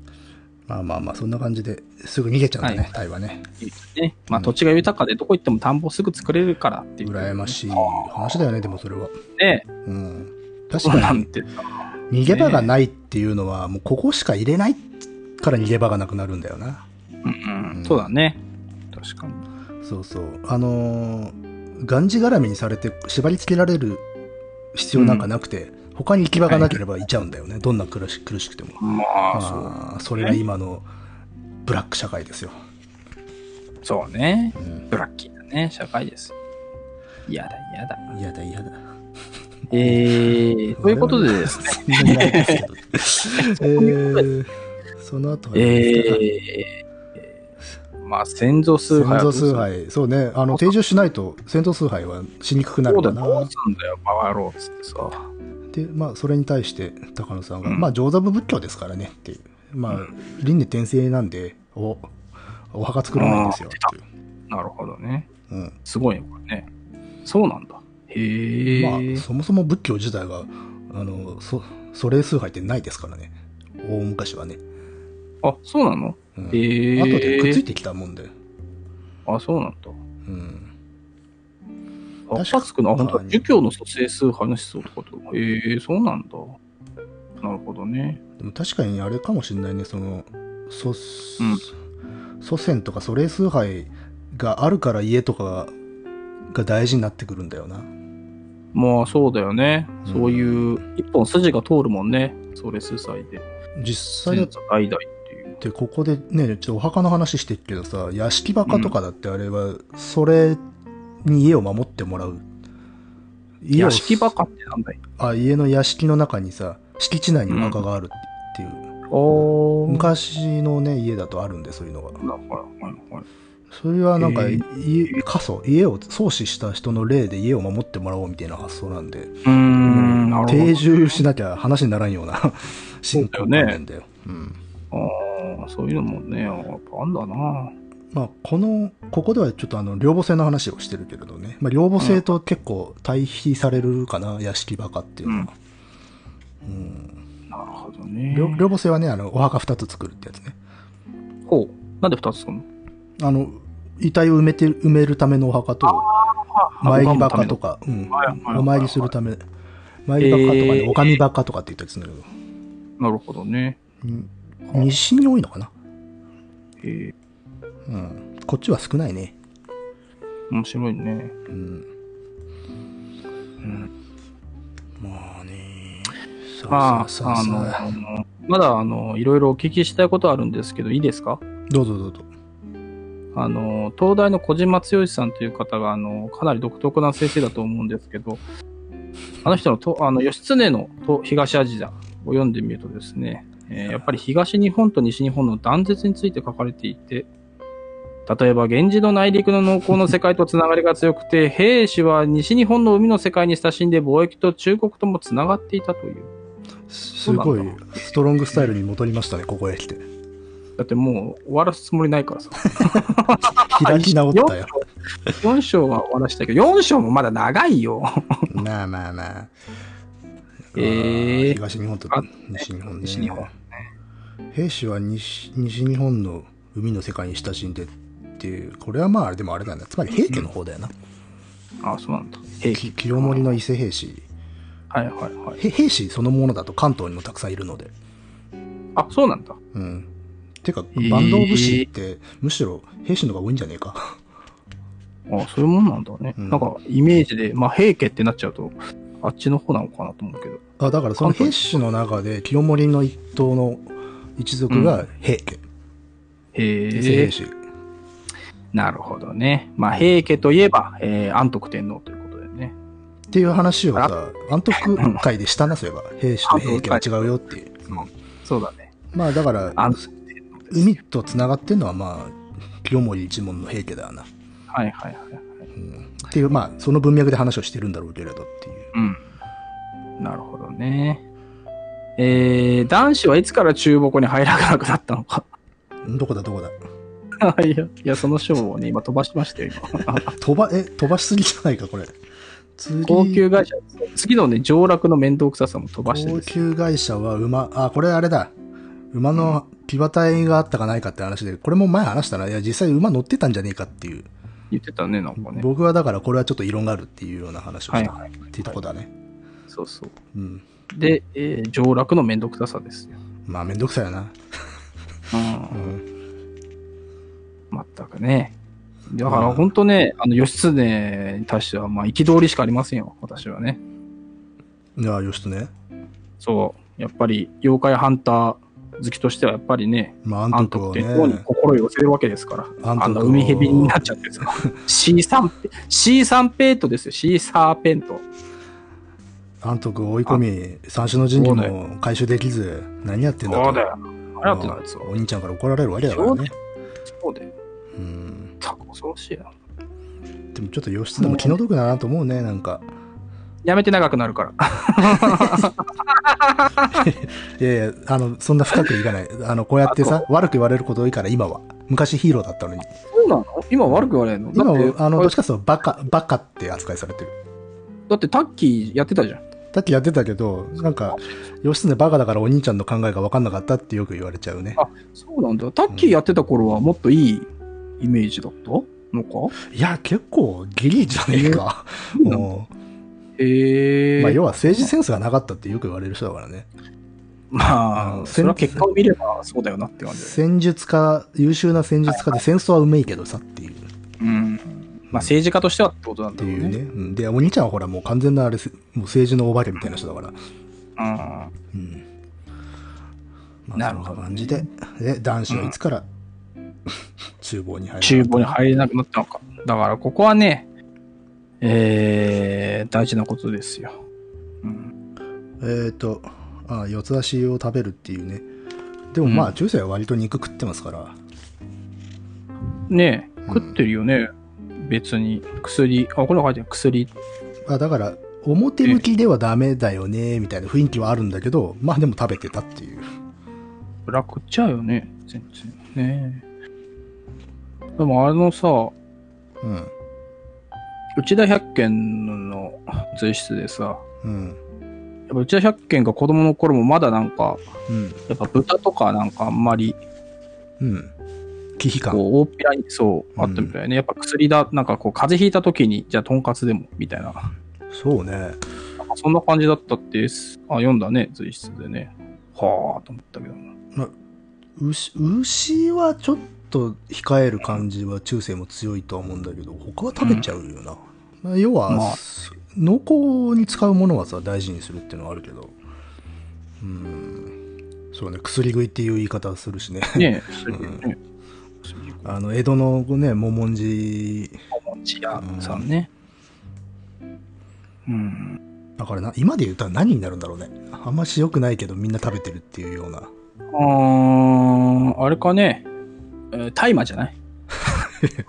まあまあまあ、そんな感じですぐ逃げちゃうんだね、
はい
タイはね。
いいですね。まあ、土地が豊かで、どこ行っても田んぼすぐ作れるからっていう、
羨ましい
ね。
話だよね、でもそれは。
ね
うん。確
そうな
かに、
んて。
逃げ場がないっていうのは、もうここしか入れないから逃げ場がなくなるんだよな。
うん、
う
うんん、そうだね。確かに。
そうそう。あのー、がんじがらみにされて縛り付けられる必要なんかなくて、他に行き場がなければいちゃうんだよね、どんな苦し苦しくても
まあ、そう
あーそれが今のブラック社会ですよ、
そうね
う。ん、
ブラッキーなね、社会です。やだ、やだ。
嫌だ嫌だ
えー、ということでですね、
そんなにないで すけどえー、その後は
えー
何ですか、
えーまあ、先祖崇拝
先
はどう
祖
する
崇拝そうねあの定住しないと先祖崇拝はしにくくな
そ
る
うだ
か
よ、
な
どうすんだよ、バカ野郎っつってさ。
でまあそれに対して高野さんが、
うん
まあ上座部仏教ですからねっていうまあ、輪廻転生なんでおお墓作らないんですよっていう
なるほどね。
うん、
すごいね、これね。そうなんだ。へえ。
まあそもそも仏教自体があのそ祖霊崇拝ってないですからね大昔はね、
あ、そうなの
うん
へえ。
後でくっついてきたもんで、
あ、そうなんだ。
うん、
あ、
確か
かつくな。あ本当
まあ
だ儒教の蘇生崇拝の思想ってことか。へえ、そうなんだ。なるほどね。
でも確かにあれかもしれないねその祖,、
ん
祖先とか祖霊崇拝があるから家とかが大事になってくるんだよな
まあ、そうだよね。
うん
そういう、一本筋が通るもんね。それ崇祭で。
実際だ
先
っ
祖代々っていう。
てここでねちょっとお墓の話してるけどさ屋敷墓とかだってあれはそれに家を守ってもらう家を
屋敷バカってなんだい
あ家の屋敷の中にさ敷地内にお墓があるっていう、
おー。
昔のね家だとあるんでそういうのが
はいはいはい。
それはなんか、
え
家家祖家を創始した人の霊で家を守ってもらおうみたいな発想なんで
うーん、なるほど。
定住しなきゃ話にならんような 信仰
そうだよね
なんだよ、うん
ああ、そういうのもね、やっぱあんだな。
まあ、このここではちょっとあの両母性の話をしてるけれどね、まあ、両母性と結構対比されるかな、屋敷バカっていうのは、うん
なるほどね。
両両母性はねあのお墓2つ作るってやつね
ほう。なんで二つすんの
あの遺体を埋めて埋めるためのお墓と参りバカとか、うん、
はいはいはいはい
お参りするため参りバカとかね、
えー
おかみバカとかって言ったやつなんだけど
なるほどね。
うん西に多いのかな、
え
うん、こっちは少ないね、
ー、面白いね。
うん、
うん、
まあねさ
まあ、
さ
あ
さ
の、まだ、あの、いろいろお聞きしたいことあるんですけど、いいですか
どうぞどうぞ
あの、東大の小島剛さんという方が、あの、かなり独特な先生だと思うんですけど、あの人のと、あの、義経のと東アジアを読んでみるとですね、えーやっぱり東日本と西日本の断絶について書かれていて、例えば、源氏の内陸の農耕の世界とつながりが強くて、 兵士は西日本の海の世界に親しんで貿易と中国ともつながっていたという。
すごい
そうなんだ
ストロングスタイルに戻りましたねここへ来て
だってもう終わらすつもりないからさ。
開き直ったよ
4章は終わらしたけど、4章もまだ長いよ。
まあまあまあ
えー
東日本と
あ
西日本ね
西日本ね
兵士は西西日本の海の世界に親しんでっていうこれはまああれでもあれだなつまり平家の方だよな、
ああ、そうなんだ。兵器。
き清盛の伊勢兵士
はいはいはい。
へ兵士そのものだと関東にもたくさんいるので
あ、そうなんだ。
うんてか
ー
坂東武士ってむしろ兵士の方が多いんじゃねえか
あそういうもんなんだね。
うん
なんか、イメージで、まあ、平家ってなっちゃうと、あっちの方なのかなと思うけど。
あだからその
関東
兵士の中で清盛の一党の一族が平家、伊勢
へえ
兵。士
なるほどね。まあ、平家といえば、えー、安徳天皇ということでね。
っていう話をさ、安徳会でしたな、そういえば。兵士と 平家は違うよっていう。
うんそうだね。
まあだから、
安徳天皇です。
海と繋がってんのはまあ、清盛一門の平家だな。
はいはいはいはい。
うんっていう、まあ、その文脈で話をしてるんだろうけれどっていう。
うん。なるほどね。えー、男子はいつから中国に入らなくなったのか。
んどこだどこだ。
いや、いやその章をね、今飛ばしましたよ、 今。
飛ば、え、飛ばしすぎじゃないか、これ。次
高級会社、次のね、上落の面倒くささも飛ばしてるん
高
ですよ
級会社は馬、あ、これあれだ。馬の騎馬隊があったかないかって話で、これも前話したな。いや、実際馬乗ってたんじゃねえかっていう。
言ってたね、なんかね。
僕はだからこれはちょっと異論があるっていうような話を
は
し
い
た。
はい。
っていうとこだね。
そうそう。
うん。
で、えー上落の面倒くささですよ。
まあめんどくさいよな。
う。
うんん。
全くね。だから本当ね、あの、義経に対しては、まあ、憤りしかありませんよ、私はね。
いや、義経。
そう、やっぱり妖怪ハンター好きとしてはやっぱりね、
まあ、ア
ア
ン
ント
トク
っ
を
て
ね、
脳に心寄せるわけですから。
アン
あ
ト
んな
クを
海蛇になっちゃってさ。シーサンペ、シーサンペイトですよ。シーサーペント。
アントクを追い込み、三種の神器
そうだ
も回収できず、何やってんだと。
そうだよ。あれやってたやつ
まあ
は。
お兄ちゃんから怒られるわけだから
そう
ね。
そうだよ。
うん。
恐ろしいな。
でもちょっと洋室でも気の毒だなと思うね、なんか。
やめて長くなるから。
いやいや、あの、そんな深くい かない。あの、こうやってさ、悪く言われること多いから、今は。昔ヒーローだったのに。
そうなの今悪く言われるの
今
だっ
は
て、
あ
あ
の、どっ
れ
ちかというとバカ、バカって扱いされてる。
だってタッキーやってたじゃん。
だってやってたけど、なんか、義経バカだからお兄ちゃんの考えが分かんなかったってよく言われちゃうね。
あそうなんだ。タッキーやってた頃はもっといいイメージだったのか
いや、結構ギリじゃねえか。も う
へえ。
まあ、要は政治センスがなかったってよく言われる人だからね。
ま
うん
あ、それは結果を見ればそうだよなって感じだよ
戦術家、優秀な戦術家で戦争はうめいけどさっていう。
うん。まあ政治家としてはってことなん
って
だろう
いうね。
ね。
うんで、お兄ちゃんはほらもう完全なあれせ、もう政治のお化けみたいな人だから。
うん
うん。まあ、
なるほどね
そんな感じで。で、男子はいつから、 厨房に入る
厨房に入れなくなったのか。だからここはね、えー、大事なことですよ。うん、
えっ、とあ四つ足を食べるっていうねでもまあ、
うん
中世は割と肉食ってますから
ねえ、
ん
食ってるよね。別に。薬、あ、これ書いてある。薬。
あだから表向きではダメだよねみたいな雰囲気はあるんだけどまあでも食べてたっていう
楽っちゃうよね。全然。ねえでもあのさ、
うん
内田百軒の随筆でさ、
うん
やっぱ内田百軒が子供の頃もまだなんか、
うん
やっぱ豚とかなんかあんまり、
うん忌
こ
避感
う、大っぴらにそう、あったみたいね。やっぱ薬だ、なんかこう、風邪ひいた時に、じゃあとんかつでも、みたいな。
そうね
なんかそんな感じだったって、すあ、読んだね、随筆でね。はあと思ったけどな。
牛牛はちょっと控える感じは中世も強いとは思うんだけど他は食べちゃうよな、まあ要は、
まあ
濃厚に使うものはさ大事にするっていうのはあるけどうんそうね薬食いっていう言い方するしね
ねえ、薬ね。薬
あの江戸のね桃文字
お餅屋さんね。うん。
だからな今で言ったら何になるんだろうねあんまし良くないけどみんな食べてるっていうような
あー、あれかね。えー大麻じゃない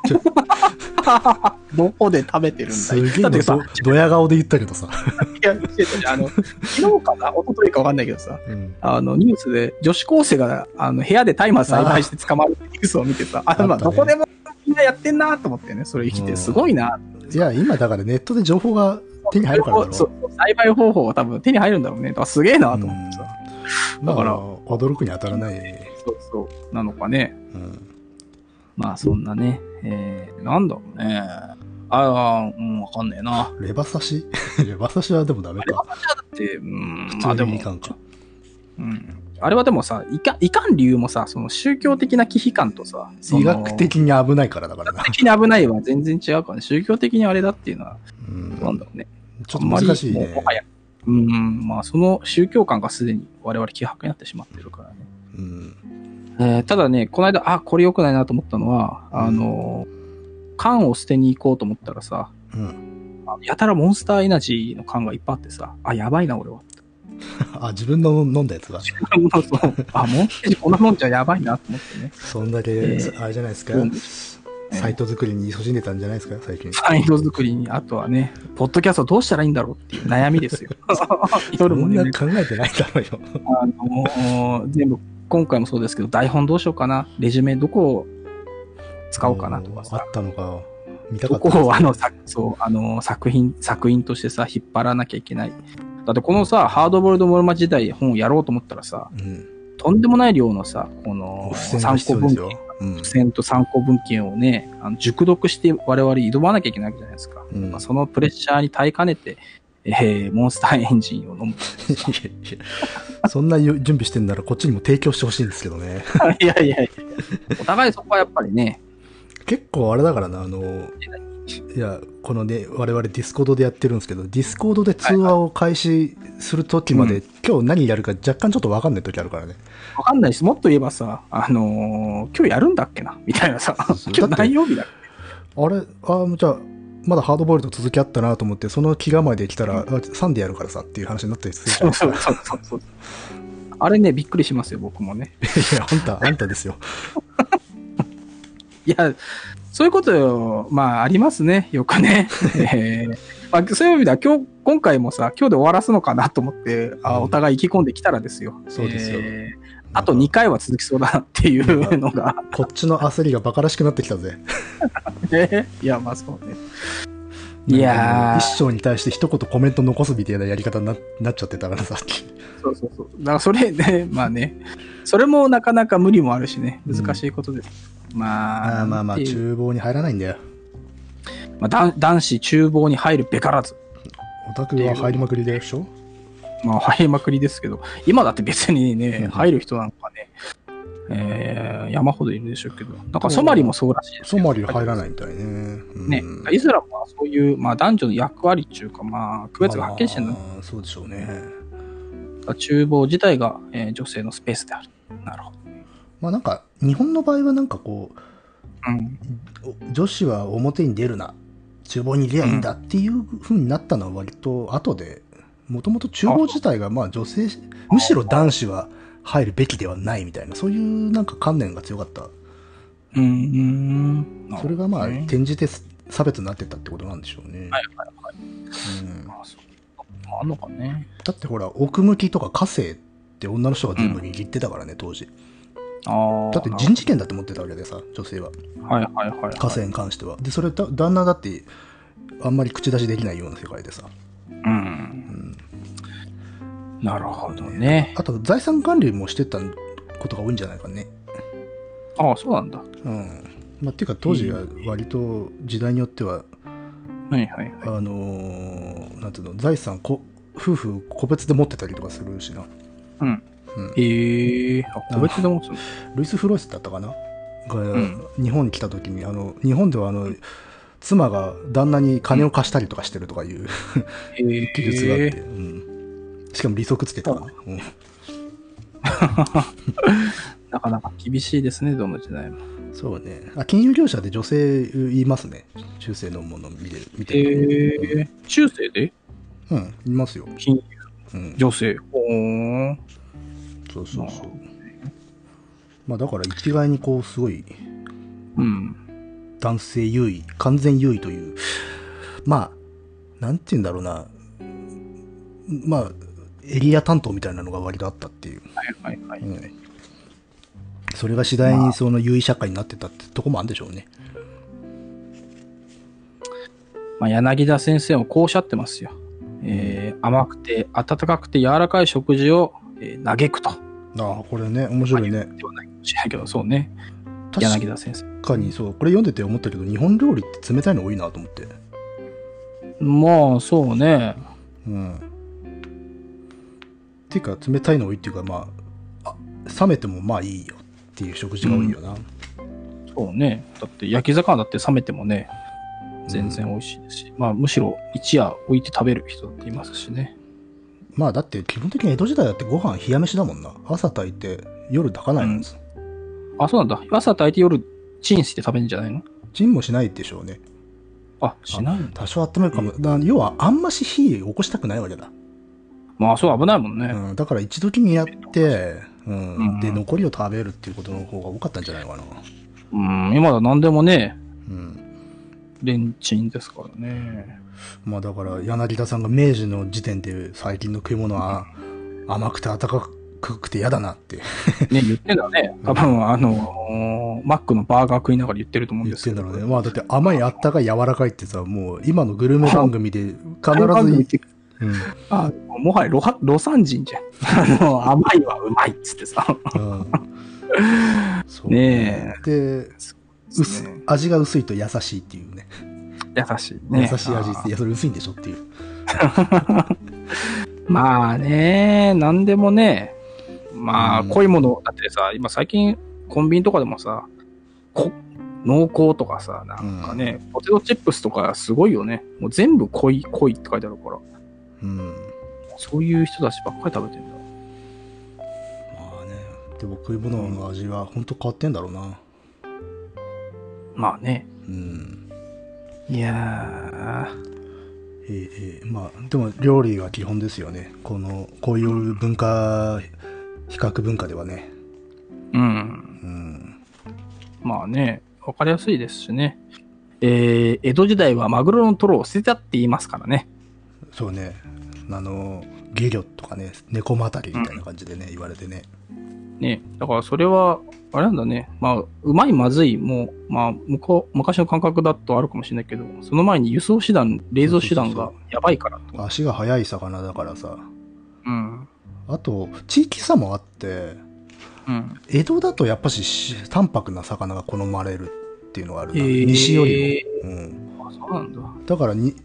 どこで食べてる
すげえ
だ
の
ってさ
ど、ドヤ顔で言ったけどさ、
いや、してたね あの、昨日かな、一昨日か分かんないけどさ、
うん
あの、ニュースで女子高生があの部屋で大麻栽培して捕まるってニュースを見てさ、あ
ったね
まあ、どこでもみんなやってんなと思ってね、それ生き
う
て、
ん
すごいな、
いや今だからネットで情報が手に入るからだろ
そう栽培方法は多分手に入るんだろうね、だからすげえなと思ってさ、
うんだ
だか
か
らら
驚くに当たらない、
そうそう、なのかね、
うん、
まあそんなね、えー、なんだろうね、あー、うん、分かんねえな。
レバ刺し レバ刺しはでもダメか
で、うん、ま
普
あ
通
で
に
も
い、かんか、
うん、あれはでもさ、いかいかん理由もさ、その宗教的な忌避感とさ、その
医学的に危ないからだからな、
的に危ないは全然違うからね。宗教的にあれだっていうのは、
うん、
なんだろうね。
ちょっと難しい
あんまりもう
ね
もは、や。うんうん、まあ、その宗教観がすでに我々希薄になってしまってるからね。
うん、
えーただね、この間、あ、これ良くないなと思ったのは、あの、缶を捨てに行こうと思ったらさ、
うん、
あのやたらモンスターエナジーの缶がいっぱいあってさ、あ、やばいな、俺は。
あ自分の飲んだやつが
そうそうあ、モンスターエナジーこんなもんじゃやばいなと思ってね。
そんだけ、
え
あれじゃないですか、
うん
サイト作りに勤しんでたんじゃないですか最近
サインド作りに、あとはね、ポッドキャストどうしたらいいんだろうっていう悩み ですよ。
そ
夜も
ん
ね
な、考えてないだろうよ
あのー全部、今回もそうですけど、台本どうしようかな、レジュメどこを使おうかなとか
あ
さ、
ったのか見たか
ど
った
こをあのさそうあのー作品、作品としてさ、引っ張らなきゃいけない。だってこのさ、ハードボイルドモルマ時代本をやろうと思ったらさ、
うん、
とんでもない量のさ、この
付箋が
参
必
考
要で
文献
すよ、、うん
付箋と参考文献をね、あの熟読して我々挑まなきゃいけないわけじゃないですか。
うん
まあ、そのプレッシャーに耐えかねて、えーモンスターエンジンを飲む。
いやいや そんな準備してんならこっちにも提供してほ しいんですけどね
いやいやいや、お互いそこはやっぱりね、
結構あれだからなあのいや、このね、我々ディスコードでやってるんですけど、ディスコードで通話を開始するときまで、今日何やるか若干ちょっと分かんないときあるからね。
わかんないです。もっと言えばさ、あのー今日やるんだっけなみたいなさ
そうそ、う
今日
だって
何曜日だっけ
あれ、あじゃあ、まだハードボイルド続きあったなと思って、その気構えで来たら、あサンデーやるからさっていう話になったりするじゃ
そ
ないうですか。
そう そうそうそう。あれね、びっくりしますよ、僕もね。
いや、あんた、あんたですよ。
いや、そういうことよ、まあ、ありますね、よく ね。えーまあ、そういう意味では、今日、今回もさ、今日で終わらすのかなと思って、あ
うん
お互い意気込んできたらですよ。
そうですよ
えーあと2回は続きそうだなっていうの が。
こっちの焦りがバカらしくなってきたぜ。
ねいや、まあそうね。いやー
一章に対して一言コメント残すみたいなやり方にななっちゃってたからさっき。
そうそうそう。だからそれね、まあね、それもなかなか無理もあるしね、難しいことです。まあ、
ああまあまあ、
なんていう
厨房に入らないんだよ。
まあ男男子厨房に入るべからず。
オタクは入りまくりでしょ
まあ、入りまくりですけど、今だって別に
う
ね
ん、
入る人なんかね、えー山ほどいるでしょうけど、なんかソマリもそうらしいです
ソ
けど
マリは入らないみたいね。うん
ね、イスラムはそういう、まあ、男女の役割っていうか、まあ、区別がはっきりしてるの
まあそうでしょうね。
が、厨房自体が、えー女性のスペースである。なるほど。
まあなんか、日本の場合はなんかこう、
うん、
お女子は表に出るな厨房に出りゃいいんだっていう風になったのは割と後でもともと厨房自体がまあ女性むしろ男子は入るべきではないみたいなそういうなんか観念が強かった
うん、うん。なるほど
それがまあ
ね
転じて差別になってったってことなんでしょうね、
はいはいはい。
うん
まあ、そうあんのかね。
だってほら奥向きとか家政って女の人が全部握ってたからね、当時
ああ。
だって人事権だって持ってたわけでさ女性は
はいはいはい、はい。
家政に関してはでそれだ旦那だってあんまり口出しできないような世界でさ、
うん。
うん、
なるほどね。
あと財産管理もしてたことが多いんじゃないかね。
ああ、そうなんだ。は
うん。まあ、っていうか当時は割と時代によっては、
いはいはい。
あのーなんていうの、財産こ夫婦個別で持ってたりとかするしな。
うん。
うん
ええー。あ、個別でもそう。
ルイス・フロイスだったかなが、
ん
日本に来た時に、あの、日本ではあの、妻が旦那に金を貸したりとかしてるとかいう
ええ
技術があって、
ー。
うん。しかも利息つけたかな。うん
なかなか厳しいですね、どの時代も。
そうね。あ、金融業者で女性いますね。中世のもの見てる。見
え
てる
えー。中世で
うん、いますよ。
金融
うん、
女性。ほーん。
そうそうそう。まあだから一概にこうすごい
うん。
男性優位、完全優位という、まあ、なんて言うんだろうな、まあ、エリア担当みたいなのが割とあったっていう。
はいはいはい。
うんそれが次第にその優位社会になってたってとこもあるんでしょうね。
まあ、柳田先生もこうおっしゃってますよ。えー、甘くて温かくて柔らかい食事を、えー、嘆くと。
ああ、これね、面白いね。
ではないかもしれないけど、そうね。柳
確
田先生。
かにそう、これ読んでて思ったけど、日本料理って冷たいの多いなと思って。
まあ、そうね。
うん。ていうか、冷たいの多いっていうか、まあ、あ冷めてもまあいいよっていう食事が多いよな。
そうね。だって焼き魚だって冷めてもね、全然美味しいですし、まあむしろ一夜置いて食べる人だっていますしね。
まあ、だって基本的に江戸時代だってご飯冷や飯だもんな。朝炊いて夜炊かないもんです。
あ、そうなんだ。朝炊いて夜チンして食べるんじゃないの
チンもしないでしょうね。
あ、しないんだ。
多少温めるかも。だ要は、あんまし火起こしたくないわけだ。
まあそう危ないもんね。
うん、だから一時にやって、うん
うん
で、残りを食べるっていうことの方が多かったんじゃないかな。
うん、今だ何でもね、
うん。
レンチンですからね。
まあ、だから、柳田さんが明治の時点で最近の食い物は甘くて温かくて嫌だなって
ね、言ってんだね。多分、あのーマックのバーガー食いながら言ってると思うん
言
で
っ
す
て
け
んだ
ど。
ろうね。まあだって甘い、あったかい、柔らかいってさ、もう今のグルメ番組で必
必ず言っ
ず、
て
うん
あ、もはやロハロサン人じゃん。あの、甘いはうまいっつってさ。
うん、そう
ね
で薄、
ね
味が薄いと優しいっていうね。
優しいね。
優しい味
あ
っ
ー
て、いや、それ薄いんでしょっていう。
まあね、なんでもね、まあ、
うん
濃いもの、だってさ、今最近コンビニとかでもさ、こ濃厚とかさ、なんかね、ポテトチップスとかすごいよね。もう全部濃い、濃いって書いてあるから、
うん
そういう人たちばっかり食べてんだ。
まあねでも食い物の味は本当変わってんだろうな
まあね。
うん
いやー、
ええええまあでも料理が基本ですよねこのこういう文化比較文化ではね
うん。
うん
まあね、わかりやすいですしね。えー、江戸時代はマグロのトロを捨てたって言いますからね。
そうねあのゲ魚とかね猫またりみたいな感じでね、言われてね
ね、だからそれは、あれなんだね。まあ、うまい、まずい、もう、まあ、向こう、昔の感覚だとあるかもしれないけど、その前に輸送手段、冷蔵手段
そう
が
そう
やばいから。
足が速い魚だからさ
うん。
あと地域差もあって
うん。
江戸だとやっぱしし淡白な魚が好まれるっていうのがあるな、
へー
西よりも、うん、
あ、そうなんだ。
だからに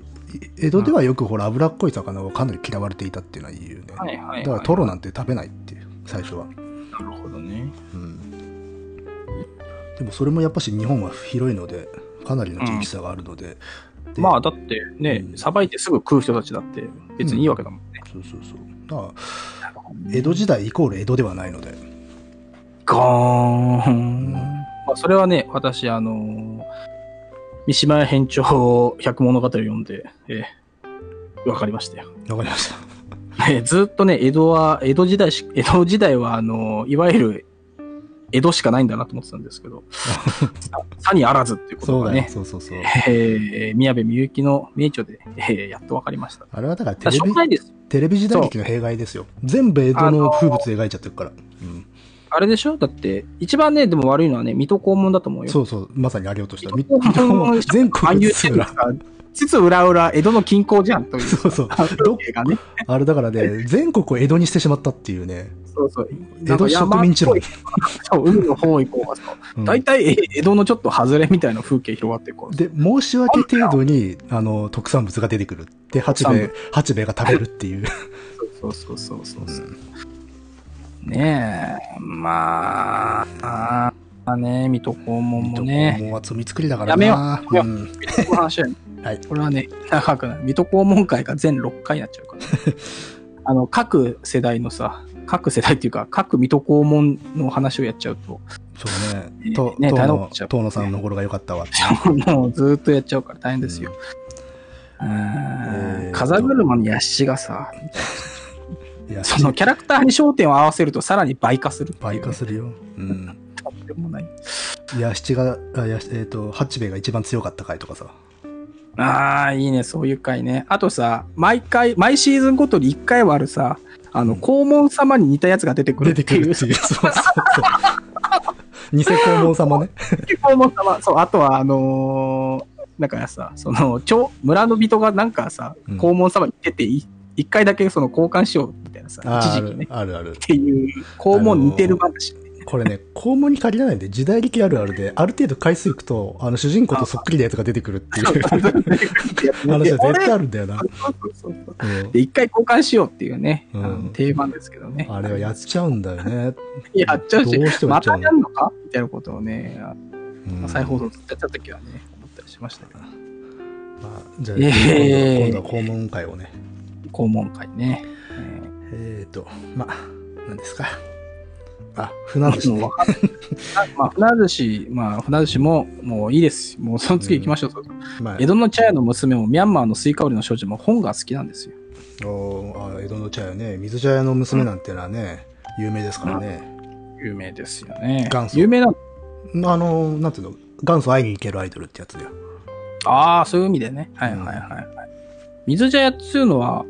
江戸ではよくほら脂っこい魚はかなり嫌われていたっていうのは言うよね、
はいはい、はい。
だからトロなんて食べないっていう最初は、
なるほどね。
うん、でもそれもやっぱし日本は広いのでかなりの地域差があるので、で
まあ、だってね
う、ん
さばいてすぐ食う人たちだって別にいいわけだもんね。
そうそうそうだから江戸時代イコール江戸ではないので、
ゴー
うん
ン。まあ、それはね、私、あのー三島屋編長百物語を読んで、えーわかりましたよ。
わかりました
えー ずっとね、江戸は、江戸時代し、江戸時代は、あの、いわゆる、江戸しかないんだなと思ってたんです けど、ささにあらずっていうこ
そ
と
う
が
だね
ね、
そうそうそう
えー、宮部みゆきの名著で、えーやっとわかりました。
あれはだからテ
だ
レ
しょう
ビ
がないです。
テレビ時代劇の弊害ですよ。全部江戸の風物描いちゃってるから。うん
あれでしょだって、一番ね、でも悪いのはね、水戸黄門だと思うよ。
そうそう、まさにありようとした。み
水戸黄門、
全
ああ
国
いう
津
線が
浦。
さ、つつ裏裏、江戸の近郊じゃんという。
そうそう。ど
風景がね、
あれだからね、全国を江戸にしてしまったっていうね。
そうそう。
江戸植民地論
なんか山っぽいそう海の方行こうがさ、
うん
大体え江戸のちょっと外れみたいな風景広がってるからさ
で、申し訳程度に、あの、特産物が出てくる。で、八兵衛
特、
八兵衛が食べるっていう。
そうそうそうそうそう。ねえ、まあ、あーね、水戸黄門
水
も
戸
ね、
もうは積み作りだから
やめよ
な。
うやめ
ん
この話はね、
はい
これはね、長くない。水戸黄門会が全6回になっちゃうから。 あの、各世代のさ、各世代っていうか、各水戸黄門の話をやっちゃう と、
そう
ね
ね。と、
ね
遠
頼ん
野
じゃう
遠野さんの頃が良 かったわ。
もうずーっとやっちゃうから大変ですよ。う
え
ー
ー
ん、風車のヤシがさ、
いや、
そのキャラクターに焦点を合わせるとさらに倍化するっていう。
倍化するよ。うん。
とんでもない。
いや、七が、あいやえっと、八兵衛が一番強かった回とかさ。
ああ、いいね、そういう回ね。あとさ、毎回、毎シーズンごとに1回はあるさ、あの、
うん
黄門様に似たやつが出てくる
出
ってて
く
いう、
るっていう。そうそうそう。偽黄門様ね。
黄門様、そう、あとは、あのーだからさ、その、町、村の人がなんかさ
うん、
黄門様に出てい、一回だけその交換しようみたいなさ、 一時期ね。っ
あるある。
ていう、黄門似てる話。
これね、肛門に限らないんで、時代劇あるあるで、ある程度回数いくと、あの、主人公とそっくりなやつが出てくるっていう 話は
で
絶対あるんだよな
あ。れそうそうそう
うん
で、一回交換しようっていうね、あの
うん
定番ですけどね。
あれはやっちゃうんだよね。
やっちゃうし、
どうしてもや
ま
っちゃ
た
うの
やるのかみたいなことをね、
うん
再放送ずっとやった時はね、思ったりしましたけど、
まあじゃあ、
えー
今度は肛門会をね。
肛門会ね。えー
えっと、まあ、何ですか。あ、船寿司ね
もう。わかんないまあ、船寿司、まあ、船寿司も、もういいです。もうその次行きましょう。
まあ
江戸の茶屋の娘も、ミャンマーのスイカ売りの少女も本が好きなんですよ。
おーあ江戸の茶屋ね水茶屋の娘なんてのはね、有名ですからね、
有名ですよね
元。祖
有名なの
あのなんていうの元祖会いに行けるアイドルってやつだよ
ああ、そういう意味でね。はいはいはいはい。水茶屋っていうのは、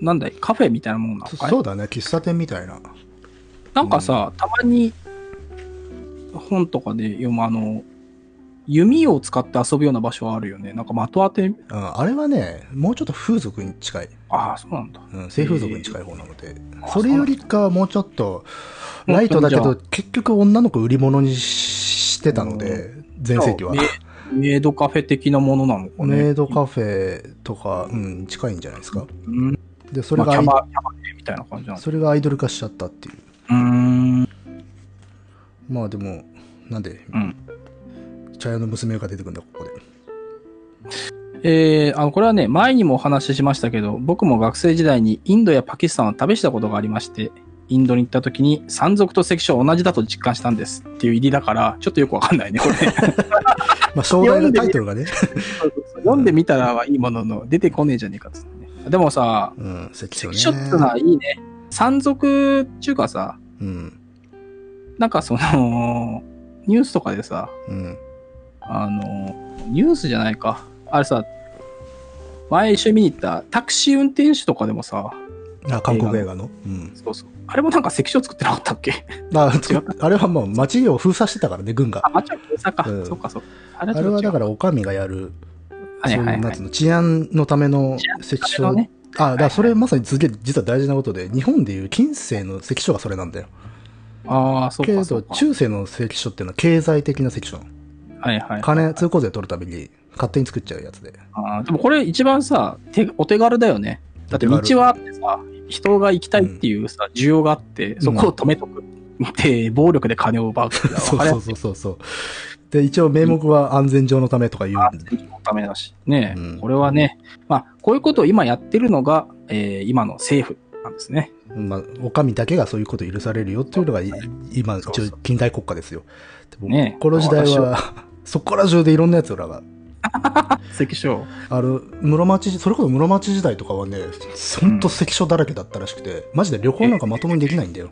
なんだい、カフェみたいなもんなの
そ
かい
そうだね喫茶店みたいな
なんかさ、たまに本とかで読むあの、弓を使って遊ぶような場所はあるよね。なんか的当て、
ああれはねもうちょっと風俗に近い、
ああ、そうなんだ。
うん、性風俗に近い方なので、
あ
それよりかはもうちょっとライトだけど結局女の子売り物にしてたので全盛期は
メメイドカフェ的なものなのかね。
メイドカフェとか、うん、近いんじゃないですか
うん。
でそ
そ
れ
れ
が
が、
アイ、
まあ、キャバキャバレーみたいな感じなの。
それがアイドル化しちゃったっていう
うーん。
まあでもなんで
うん。
茶屋の娘が出てくるんだ、ここで。
えーあのこれはね、前にもお話ししましたけど、僕も学生時代にインドやパキスタンを旅したことがありまして、インドに行った時に山賊と関所は同じだと実感したんですっていう入りだから、ちょっとよくわかんないね、これ。
まあ、壮大なタイトルがね。
読んでみたらはいいものの、出てこねえじゃねえかっつってね。でもさ、
うん、関所ね。
関所ってのはいいね。山賊っていうかさ、
うん、
なんかその、ニュースとかでさ、
うん、
あの、ニュースじゃないか。あれさ、前一緒に見に行ったタクシー運転手とかでもさ、
あ、韓国映画の。うん。
そうそう。あれもなんか関所作ってなかったっ け
あ、あれはもう街を封鎖してたからね、軍が
あ、。町は封鎖か。
うん
そうかそうか。あ、
あれはだからら、お上がやる、
はい
そう、
はいいうはい。
なんつうの、治安のための関
あれ
所
の。ね、
あ、だからそれまさにすげえ、実は大事なことで、日本でいう近世の関所がそれなんだよ。
ああ、そう
け
か
ど、
そうか。
中世の関所っていうのは経済的な関所なの。
はいはい。
金、通行税取るために勝手に作っちゃうやつで。
あーでもこれ一番さ、手お手軽だよね。だって道
お手軽
はあってさ、人が行きたいっていうさ、需要があって、そこを止めとく。で、暴力で金を奪うっていうのは。
そう
あれ
そ
は
うそうそうそう。で、一応名目は安全上のためとか言うんで。
のためだし。ね、
うん
これはね、まあ、こういうことを今やってるのが、えー今の政府なんですね。
まあ、お上だけがそういうこと許されるよっていうのが、い今、
そう
一
そう
応近代国家ですよ。でも
ねえ
この時代
私
は、 そこら中でいろんなやつらが、
関所。
あの、室町時、それこそ室町時代とかはね、ほんと関所だらけだったらしくて、マジで旅行なんかまともにできないんだよ。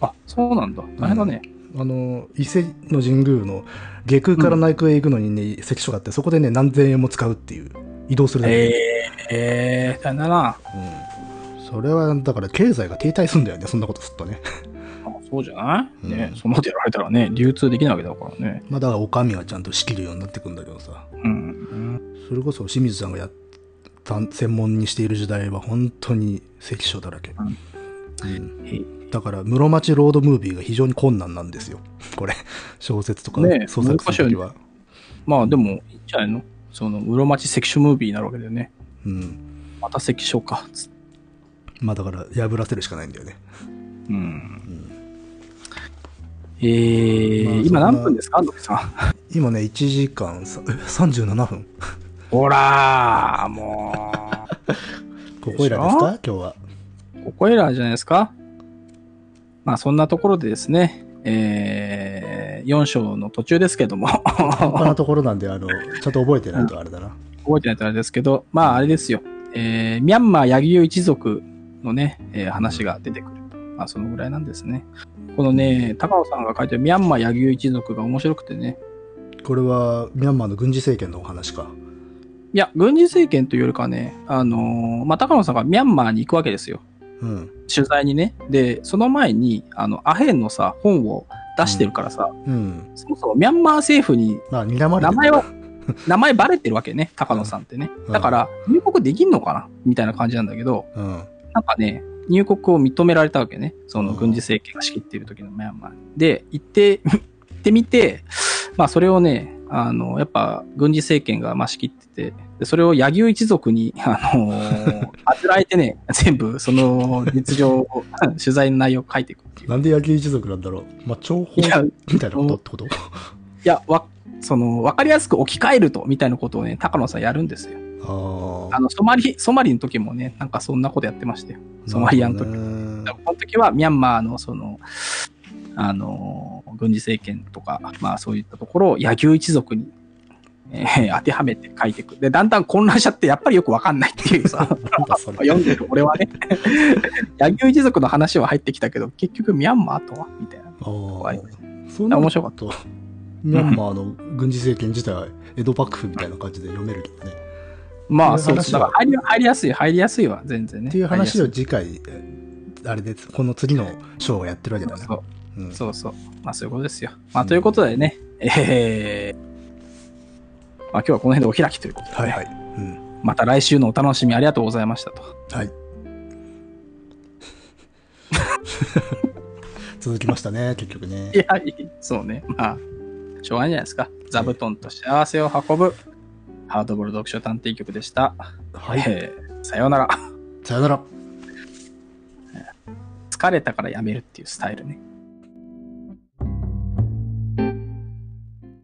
あ、そうなんだ。大変だね。
あの、伊勢の神宮の下空から内空へ行くのにね、関所があって、そこでね、何千円も使うっていう、移動するだけで。
えー、えー、大変だな。あ
うんそれは、だから経済が停滞するんだよね、そんなことすっとね。
そうじゃない、ね
うん
そんなことやられたらね、流通できないわけだからね。
まあ、だから、お上がちゃんと仕切るようになってくんだけどさ。
うん。
それこそ清水さんがやった専門にしている時代は本当に関所だらけ、
ん
うん
へい
だから室町ロードムービーが非常に困難なんですよこれ小説とか
ねえ
創作する時は、
まあ、でも、いいんじゃないのその、室町関所ムービーになるわけだよね。
うん、
また関所か。つって
まあだから破らせるしかないんだよね
うん。えー
まあ
今
そんな
何分ですか、安藤さん。
今ね1時間さえ37分
ほらー、も
ここいらですか今日は
う、ここエラーじゃないですか。まあ、そんなところでですね、えー、4章の途中ですけども、
簡単なところなんであのちゃんと覚えてないとあれだな、
覚えてないとあれですけど、まああれですよ。えー、ミャンマーヤギオ一族のね、えー話が出てくる。まあそのぐらいなんですね。このね、高尾さんが書いてるミャンマーヤギオ一族が面白くてね。
これはミャンマーの軍事政権のお話か
いや、軍事政権というよりかはね、あのーまあ高野さんがミャンマーに行くわけですよ。
うん
取材にね。で、その前に、あの、アヘンのさ、本を出してるからさ、
うん
そもそもミャンマー政府に
まあ睨まれ
名
てる
前は、名前バレてるわけね、高野さんってね
う。ん
だから、入国できんのかなみたいな感じなんだけど、
うん
なんかね、入国を認められたわけね。その
うん
軍事政権が仕切っている時のミャンマーに。で、行って、 行ってみて、まあそれをね、あの、やっぱ軍事政権がまあ仕切ってて、でそれを柳生一族に、 あのあつらえてね、全部その実情を、 取材の内容を書いていくっていう。
なんで野球一族なんだろうまあ、情
い
報
や、い
みたいなことってこと
や、わ、その、わかりやすく置き換えると、みたいなことをね、高野さんやるんですよ。
あ
あの、ソマリ、ソマリの時もね、なんかそんなことやってましたよ。
あ。
ソマリアン時
なるほどね
でもこの時はミャンマーのその、あの、軍事政権とか、まあそういったところを野球一族に、えー当てはめて書いていく。で、だんだん混乱しちゃって、やっぱりよくわかんないっていうさ、
なんだそれ
読んでる俺はね、 野球一族の話は入ってきたけど、結局ミャンマーとはみたいな。
ああ。そん
面白かっ
と、ミャンマーの軍事政権自体は江戸幕府みたいな感じで読めるけどね。
まあ
そ
そう
いう
で
う話
す。
は
だから入り入りやすい、入りやすいわ、全然ね。
っていう話
入
を
り
次回、あれです、この次の章がやってるわけだ
やすい
ね。
そう
うん
そうそう。まあそういうことですよ。まあということでね、えーまあ今日はこの辺でお開きということで、ね。
はいはい。うん
また来週のお楽しみありがとうございましたと。
はい。続きましたね、結局ね
い。や、いいそうね。まあ、しょうがないんじゃないですか。座布団と幸せを運ぶ、ハードボール読書探偵局でした。
はい。
えーさようなら。
さよなら。
疲れたからやめるっていうスタイルね。